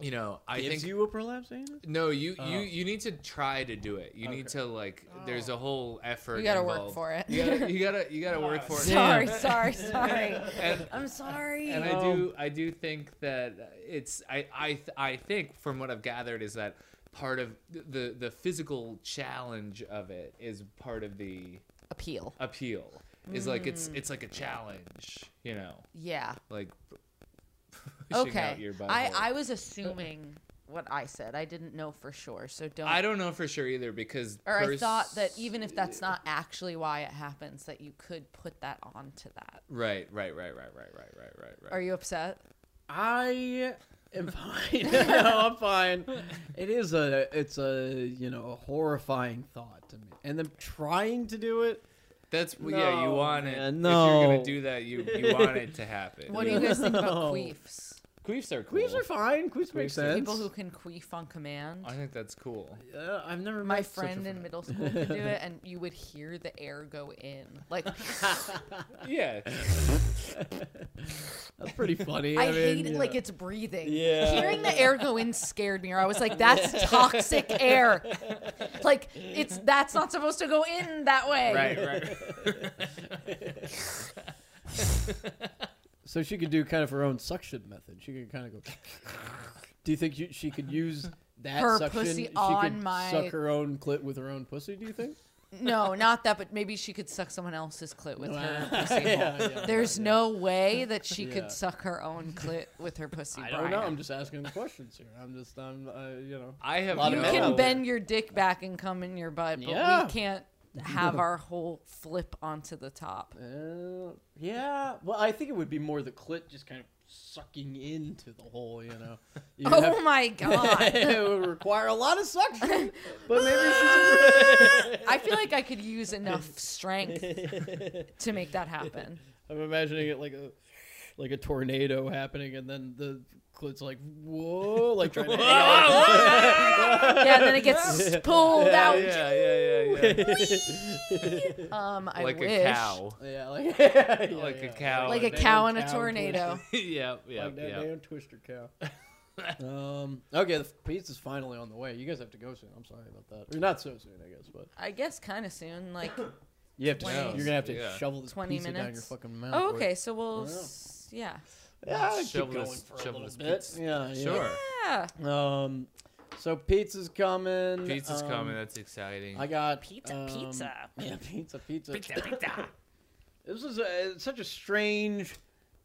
A: you know I
B: Gives
A: think
B: you a prolapse anus?
A: no, you you you need to try to do it. You need
B: Okay.
A: to like. There's a whole effort.
C: Oh. You gotta work
A: involved.
C: for it.
A: You gotta you gotta, you gotta work for it.
C: Sorry, sorry, sorry.
A: And,
C: I'm sorry.
A: and I do I do think that it's I I th- I think from what I've gathered is that part of the the physical challenge of it is part of the
C: Appeal.
A: appeal. Is like it's
C: Mm.
A: it's like a challenge, you know,
C: Yeah.
A: like. pushing
C: Okay.
A: Out your
C: I
A: butthole.
C: I was assuming what I said. I didn't know for sure. So don't.
A: I don't know for sure either because
C: or I
A: pers-
C: thought that even if that's not actually why it happens, that you could put that onto that.
A: right right right right right right right right right
C: Are you upset?
B: I am fine. no, I'm fine. It is a it's a you know a horrifying thought to me, and then trying to do it.
A: That's yeah. You
B: No,
A: want it.
B: man,
A: If you're
B: no.
A: gonna do that, you you want it to happen.
C: What do you guys think
B: No.
C: about queefs?
A: Queefs are cool.
B: Queefs are fine. Queefs make
A: Queefs are-
B: sense.
C: People who can queef on command.
A: I think that's cool.
B: Uh, I've never
C: My
B: met such a
C: friend in middle school could do it, and you would hear the air go in. Like
A: Yeah.
B: That's pretty funny.
C: I,
B: I, mean,
C: hate it.
B: yeah.
C: Like it's breathing.
B: Yeah.
C: Hearing the air go in scared me, or I was like, "That's toxic air." Like it's that's not supposed to go in that way.
A: right. Right.
B: So she could do kind of her own suction method. She could kind of go. do you think you, she could use that
C: Her
B: suction?
C: pussy
B: she
C: on
B: could
C: my-
B: suck her own clit with her own pussy. Do you think?
C: No, not that, but maybe she could suck someone else's clit with her pussy hole.
B: Yeah, yeah.
C: There's no way that she
B: Yeah.
C: could suck her own clit with her pussy.
B: I don't know.
C: Brian.
B: I'm just asking the questions here. I'm just I'm uh, you know.
A: I have.
B: Lot
A: no,
B: of
C: You
B: men
C: can
B: out
C: bend your dick back and come in your butt, but
B: Yeah.
C: we can't have our whole flip onto the top.
B: Uh, yeah. Well, I think it would be more the clit just kind of sucking into the hole, you know. You
C: Oh my god!
B: it would require a lot of suction, but maybe she's.
C: I feel like I could use enough strength to make that happen.
B: I'm imagining it like a like a tornado happening, and then the clit's like whoa, like trying
A: Oh,
B: to.
C: Yeah, and then it gets pulled out.
A: oh, Yeah. Yeah. Yeah. yeah.
C: Um, I
A: like
C: wish.
A: a cow.
B: yeah, like yeah,
A: Like a
B: yeah.
A: cow.
C: Like a
B: Like that
C: cow
B: damn
C: in a
B: cow
C: tornado.
A: yeah. Yeah.
B: like that
A: Yeah.
B: damn twister cow. um. Okay, the pizza's finally on the way. You guys have to go soon. I'm sorry about that. Or not so soon, I guess, but.
C: I guess kind of soon, like
B: You have to.
C: Twenty.
B: You're gonna have to
A: Yeah.
B: shovel this
C: 20
B: pizza down your
C: minutes.
B: fucking mouth.
C: oh,
B: or-
C: okay, so we'll,
B: I don't know.
C: s- yeah,
B: Yeah, I'd keep
A: Shovel
B: going
A: this-
B: for a
A: shovel
B: little
A: this
B: bit.
A: pizza.
B: Yeah,
A: Sure.
C: yeah.
B: Sure. Um, so pizza's coming.
A: Pizza's
B: um,
A: coming. That's exciting.
B: I got
F: Pizza,
B: um,
F: pizza.
B: Yeah, pizza, pizza.
F: Pizza, pizza.
B: This was a, it's such a strange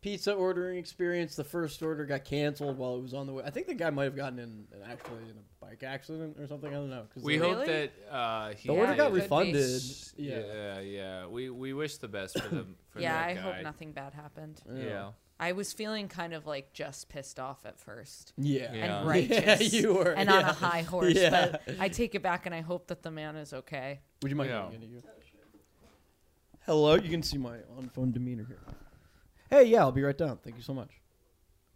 B: pizza ordering experience. The first order got canceled while it was on the way. I think the guy might have gotten in an, actually in a bike accident or something. I don't know. 'cause
A: we
B: the,
A: hope
C: Really?
A: that uh, he.
B: the order
C: Yeah,
B: got
C: it could be.
B: refunded.
A: Yeah.
B: Yeah.
A: yeah. We we wish the best for them. For
C: Yeah, I
A: that guy.
C: hope nothing bad happened.
A: Yeah.
C: I was feeling kind of like just pissed off at first
B: Yeah.
A: Yeah.
C: and righteous
B: you were.
C: and on
B: yeah.
C: a high horse,
B: Yeah.
C: but I take it back and I hope that the man is okay.
B: Would you mind
A: Yeah.
B: yeah. you? Hello, you can see my on phone demeanor here. Hey, yeah, I'll be right down. Thank you so much.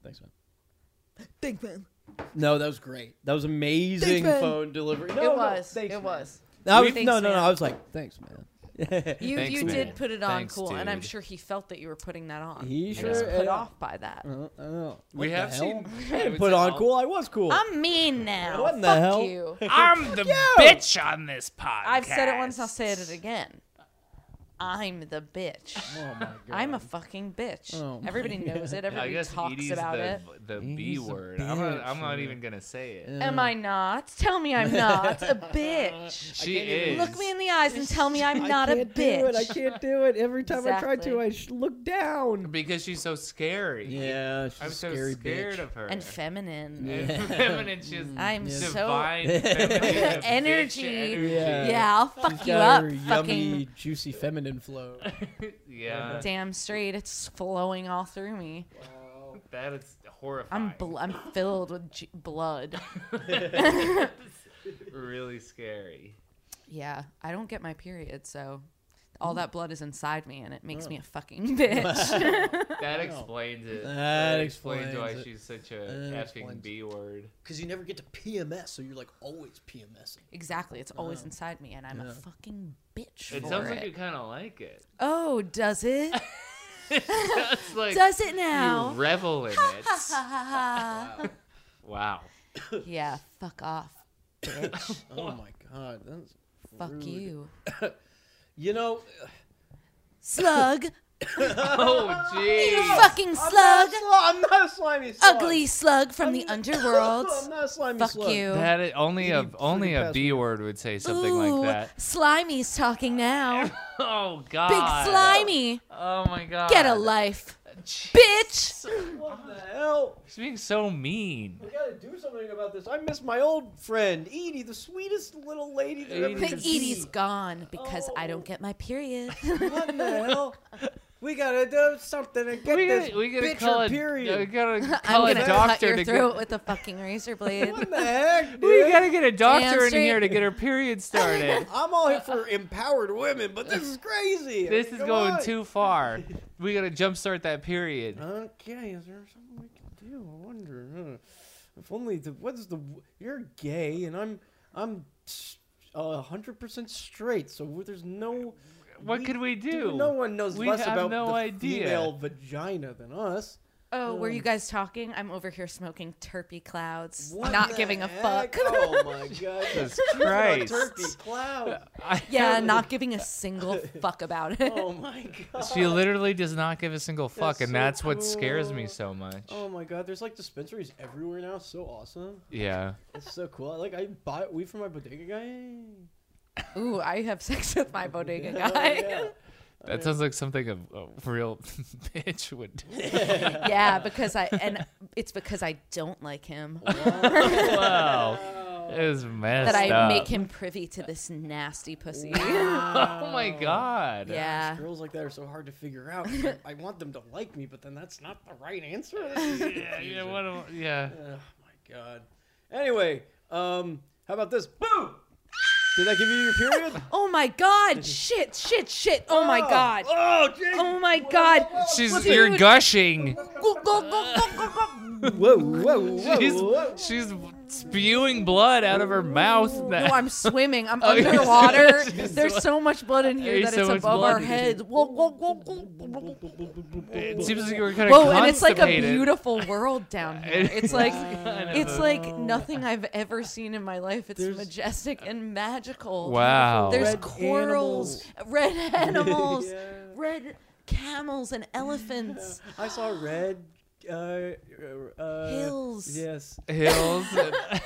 B: Thanks, man.
C: Thanks, man.
B: No, that was great. That was amazing
C: man.
B: phone delivery. No,
C: it
B: no,
C: was.
B: thanks,
C: it
B: man.
C: was.
B: No, I was,
C: Thanks,
B: no, no, no.
C: man.
B: I was like, thanks, man.
A: Thanks,
C: You you
A: man.
C: did put it on
A: Thanks,
C: cool, and I'm
A: dude.
C: sure he felt that you were putting that on.
B: He
C: and was
B: sure-
C: put
B: yeah.
C: off by that.
B: Uh, uh,
A: we
B: what the
A: have
B: hell?
A: seen.
B: I didn't put on cool. I was cool.
G: I'm mean now.
B: what in the
C: Fuck
B: hell?
C: you.
A: I'm the bitch on this podcast.
C: I've said it once. I'll say it again. I'm the bitch.
B: Oh my god.
C: I'm a fucking bitch.
B: Oh my
C: Everybody knows
A: Yeah,
C: it.
A: I
C: Everybody
A: guess
C: talks
A: Edie's
C: about
A: the,
C: it.
A: the B
B: Edie's a
A: word. I'm not,
B: bitch,
A: I'm not
B: yeah.
A: even gonna say it.
C: Am I not? Tell me I'm not a bitch.
A: She is.
C: Look me in the eyes and tell me I'm not a
B: can't do it. I
C: bitch.
B: can't do it. Every time I try to,
C: Exactly.
B: I sh- look down.
A: because she's so scary.
B: Yeah, she's
A: I'm
B: a
A: so
B: scary
A: scared
B: bitch.
A: of her.
C: And feminine.
A: And feminine. She has
C: I'm
A: divine
C: so-
A: feminine bitch
C: Energy.
A: energy.
B: Yeah.
C: Yeah, I'll fuck
B: She's
C: you
B: got
C: up,
B: her yummy,
C: fucking
B: juicy feminine flow.
A: Yeah,
C: damn straight. It's flowing all through me.
A: that is horrifying.
C: I'm bl- I'm filled with ju- blood.
A: really scary.
C: Yeah, I don't get my period, so all that blood is inside me, and it makes me a fucking bitch.
A: That explains it.
B: That explains
A: why
B: it.
A: she's such a
B: That
A: effing
B: explains
A: B word.
K: Because you never get to PMS, so you're like always PMSing.
C: exactly, it's always inside me, and I'm a fucking bitch
A: It
C: for
A: sounds
C: it.
A: like you kind of like it.
C: oh, does it?
A: It's like
C: does it
A: you
C: now?
A: revel in it. wow.
C: yeah, fuck off, bitch.
B: oh my god. That's,
C: fuck you,
B: you know,
C: slug.
A: Oh
C: You
A: jeez.
C: fucking slug.
B: I'm not a slimy slug.
C: Ugly slug from the underworld.
B: I'm not a slimy
C: fuck
B: slug.
C: you.
A: That is, only a only a
B: freaking
A: B word would say something
C: Ooh,
A: like that.
C: Slimy's talking now.
A: Oh god.
C: Big Slimy,
A: Oh my god.
C: get a life,
A: Jeez,
C: bitch.
B: What the hell?
A: She's being so mean.
B: We gotta do something about this. I miss my old friend, Edie, the sweetest little lady that ever
A: Edie.
C: But
B: lived.
C: Edie's gone because I don't get my period.
B: What in the hell? We gotta do something and get
A: We
B: this
A: gotta, we gotta
B: bitch
A: call uh,
B: her
A: a
B: period.
A: We gotta call
C: I'm
A: a
C: gonna cut
A: doctor
C: your
A: to
C: throat
A: get.
C: with a fucking razor blade.
B: What the heck,
A: We
B: dude?
A: gotta get a doctor in
C: straight.
A: here to get her period started.
B: I'm all here for empowered women, but this is crazy.
A: this is
B: Come
A: going
B: on.
A: too far. We gotta jumpstart that period.
B: Okay, is there something we can do? I wonder. huh? If only the what's the you're gay and I'm I'm hundred percent straight, so there's no.
A: What could we do?
B: No one knows
A: We
B: less
A: have
B: about
A: no
B: the
A: idea.
B: female vagina than us.
C: Oh, were you guys talking? I'm over here smoking terpy clouds,
B: What
C: not
B: the
C: giving a
B: heck?
C: fuck.
B: Oh my god!
A: Jesus
B: You're a
A: Christ.
B: turkey cloud.
C: yeah, not giving a single fuck about it.
B: Oh my god!
A: She literally does not give a single fuck,
B: That's
A: and
B: so
A: that's what scares
B: cool.
A: me so much.
B: Oh my god! There's like dispensaries everywhere now. So awesome.
A: Yeah.
B: It's so cool. I Like I bought weed from my bodega guy.
C: Ooh, I have sex with my bodega
B: Oh,
C: guy.
B: yeah.
A: That sounds like something a, a real bitch would do.
C: yeah. because I and it's because I don't like him
A: wow. It's messed
C: that I
A: up.
C: make him privy to this nasty pussy.
B: Ah.
A: Oh my god.
C: yeah.
B: Girls like that are so hard to figure out. I- I want them to like me, but then that's not the right answer. This is
A: Yeah, yeah,
B: confusing.
A: what am- yeah.
B: Oh my god. Anyway, um, how about this? Boom! Did that give you your period?
C: Oh my god! Shit! Shit! Shit! Oh my god!
B: Oh, Jake!
C: Oh my god!
A: She's
C: Dude.
A: you're gushing.
C: Go, go, go, go, go, go.
B: Whoa, whoa, whoa,
A: She's
B: whoa.
A: she's spewing blood out of her mouth.
C: No, I'm swimming. I'm
A: Oh, you're
C: underwater.
A: swimming.
C: There's so much blood in here
A: There's
C: that
A: so
C: it's
A: much
C: above
A: blood.
C: our heads. Whoa, whoa, whoa, whoa.
A: it seems like you were kind of
C: Whoa, and it's like a beautiful world down here. It's like it's like nothing I've ever seen in my life. It's majestic and magical.
A: Wow.
C: There's
B: Red
C: corals, red animals, red camels and elephants,
B: I saw red. Uh, uh,
C: hills.
B: Yes.
A: hills. uh,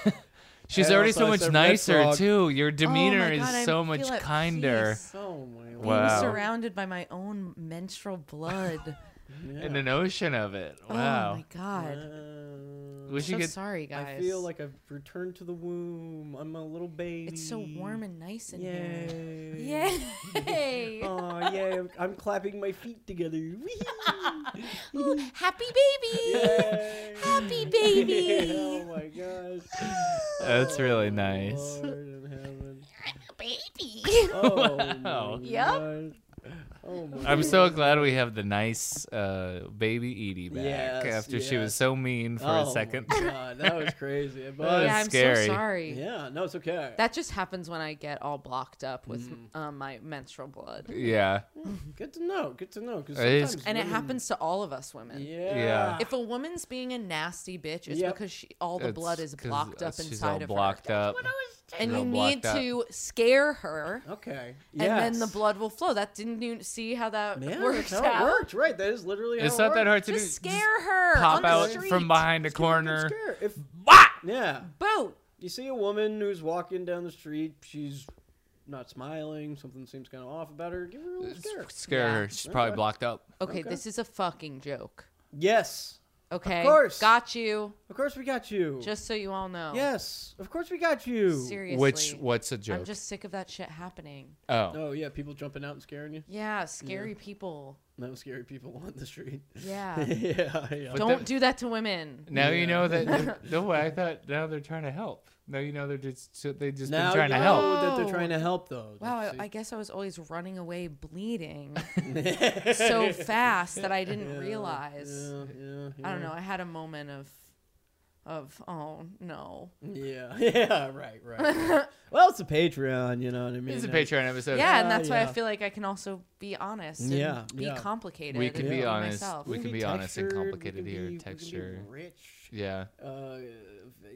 A: She's
B: And
A: already
B: also
A: so
B: I
A: much
B: said red
A: nicer
B: frog.
A: too. Your
C: Oh my
A: demeanor
C: God, I
A: is so
C: feel
A: much
C: at
A: kinder.
C: peace.
B: Oh my
A: Wow.
C: Being surrounded by my own menstrual blood.
A: in an ocean of it.
C: Oh
A: Wow.
C: my god.
B: Uh,
A: we
C: I'm
A: should
C: so
A: get
C: sorry, guys.
B: I feel like I've returned to the womb. I'm a little baby.
C: it's so warm and nice in here.
B: Yay.
C: Yay!
B: Oh, yeah. I'm, I'm clapping my feet together. Wee-hee.
C: Ooh, happy baby!
B: Yay.
C: Happy baby!
B: oh my gosh.
A: That's really nice.
B: Lord in heaven.
G: Baby.
B: Oh,
A: Wow.
B: my Oh
C: Yep.
B: God.
A: I'm so glad we have the nice uh, baby Edie back
B: Yes,
A: after she was
B: yes.
A: so mean for a
B: Oh,
A: second.
B: God, that was crazy.
A: That
B: But
A: is
C: Oh, yeah, I'm
A: scary.
C: so sorry.
B: yeah, no, it's okay.
C: That just happens when I get all blocked up with
A: Mm.
C: um, my menstrual blood.
A: yeah.
B: Good to know. Good to know. 'cause
A: It is-
B: sometimes
C: And it
B: women-
C: happens to all of us women.
B: Yeah.
A: Yeah.
C: If a woman's being a nasty bitch, it's
B: Yep.
C: because she, all the
A: It's
C: blood is
A: 'cause,
C: blocked
A: uh,
C: up
A: she's
C: inside
A: all
C: of
A: blocked
C: her.
A: up.
C: And
A: All
C: you
A: blocked
C: need
A: up.
C: to scare her,
B: Okay.
C: and then the blood will flow. That didn't you see how that
B: Yeah,
C: works
B: that's how
C: out?
B: it works. Right. That is literally
A: It's
B: how it
A: not that
B: works.
A: hard to
C: Just
A: do.
C: scare her
A: Pop
C: on the
A: out
C: street.
A: from behind a corner.
B: It's scary. If, yeah.
C: Boo!
B: You see a woman who's walking down the street. She's not smiling. Something seems kind of off about her. Give her a little scare.
A: Scare, her. She's probably blocked up.
C: Okay, this is a fucking joke.
B: Yes.
C: Okay,
B: course.
C: got you.
B: Of course we got you.
C: Just so you all know.
B: yes. Of course we got you.
C: Seriously.
A: Which what's a joke?
C: I'm just sick of that shit happening.
A: oh.
B: Oh yeah, people jumping out and scaring you.
C: Yeah, scary people.
B: No scary people on the street.
C: Yeah.
B: yeah, yeah.
A: But
C: Don't
A: the-
C: do that to women.
A: Now you know that. no way. I thought now they're trying to help. Now you know they're just so they just
B: now
A: been trying
B: you
A: to
B: know
A: help.
B: that they're trying to help though.
C: Wow, I,
B: That's-
C: I guess I was always running away bleeding so fast that I didn't realize.
B: yeah, yeah,
C: I don't know. I had a moment of, of oh no.
B: Yeah, yeah, right, right. well, it's a Patreon, you know what I mean?
A: It's a
B: Uh,
A: Patreon episode.
C: Yeah, and
B: Yeah,
C: that's why
B: yeah.
C: I feel like I can also be honest. And
B: Yeah,
C: be
B: yeah.
C: complicated.
A: We can
C: and
A: be
C: be
A: honest.
C: Myself.
A: We can be honest and
B: textured, we
A: complicated
B: can
A: here.
B: be- we can be
A: Texture.
B: rich.
A: Yeah.
B: Uh,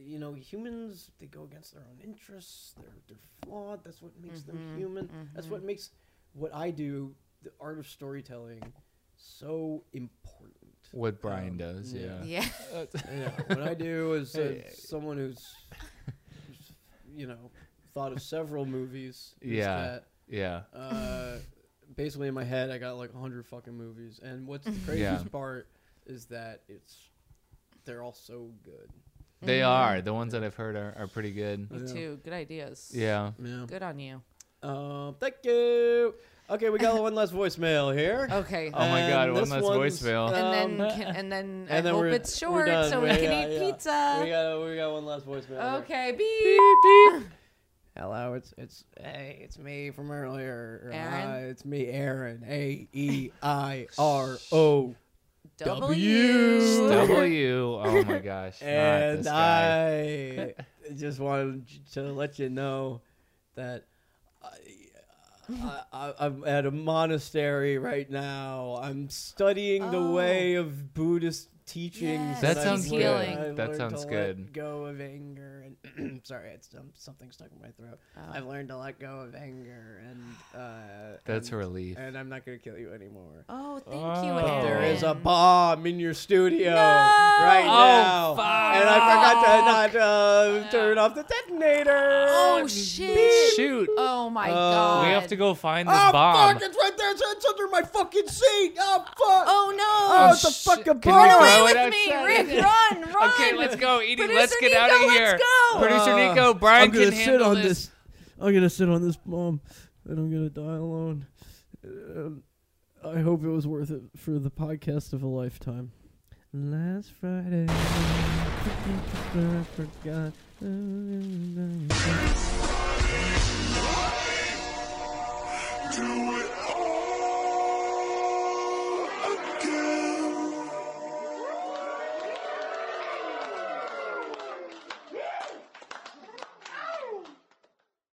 B: you know, humans they go against their own interests. They're they're flawed. That's what makes them human. That's what makes what I do, the art of storytelling, so important.
A: What Brian does. Yeah.
C: yeah.
B: Yeah, what I do is uh, someone who's, who's, you know, thought of several movies. is
A: Yeah.
B: that,
A: Yeah.
B: uh, basically in my head I got like hundred fucking movies, and what's the craziest part is that it's they're all so good.
C: Mm-hmm.
A: They are. The ones that I've heard are, are pretty good.
C: Me too. Good ideas.
A: Yeah.
B: Yeah.
C: Good on you.
B: Um, thank you. Okay, we got one last voicemail here.
C: Okay.
A: Oh my god,
B: And
A: one
B: this
A: last
B: one's- Um,
A: voicemail.
C: and then can, and then I
B: and then
C: hope
B: we're-
C: it's
B: we're
C: short
B: done.
C: so we
B: Yeah,
C: can eat
B: yeah. we
C: pizza.
B: got we got one last voicemail. here.
C: Okay. Beep.
B: Hello, it's it's hey, it's me from earlier.
C: Aaron?
B: Hi, it's me, Aaron. A E I R O.
C: W.
A: W. Oh my gosh. not this
B: And
A: guy.
B: I just wanted to let you know that I, I, I'm at a monastery right now. I'm studying the way of Buddhist teachings.
C: Yes,
A: Oh. That
B: I've
A: sounds
B: learned-
C: healing.
B: I've
A: That
B: learned
A: sounds
B: to
A: good.
B: Let go of anger and sorry, it's um, something stuck in my throat.
A: Oh.
B: I've learned to let go of anger and uh,
A: That's a
B: and,
A: relief.
B: and I'm not gonna kill you anymore.
C: Oh, thank you,
A: Oh.
C: Aaron.
B: There is a bomb in your studio right now, and I forgot to not uh, turn off the detonator.
C: Oh shit.
A: Shoot.
C: Oh my
B: Uh,
C: god.
A: we have to go find this
B: Oh,
A: bomb.
B: fuck! It's right there. It's, it's under my fucking seat. Oh fuck! Oh,
C: Oh no.
B: it's a
A: sh-
B: fucking
A: can we
B: bomb.
A: throw it
C: with me,
A: outside?
C: Rick. Run, run.
A: Okay, let's go, Edie.
C: Producer
A: let's get out
C: Nico,
A: of
C: let's
A: here.
C: go.
A: Producer
B: Uh,
A: Nico, Brian
B: I'm gonna
A: can
B: sit
A: handle
B: on
A: this.
B: this. I'm gonna sit on this bomb, and I'm gonna die alone. Um, I hope it was worth it for the podcast of a lifetime. Last Friday, I forgot.
L: Do it all.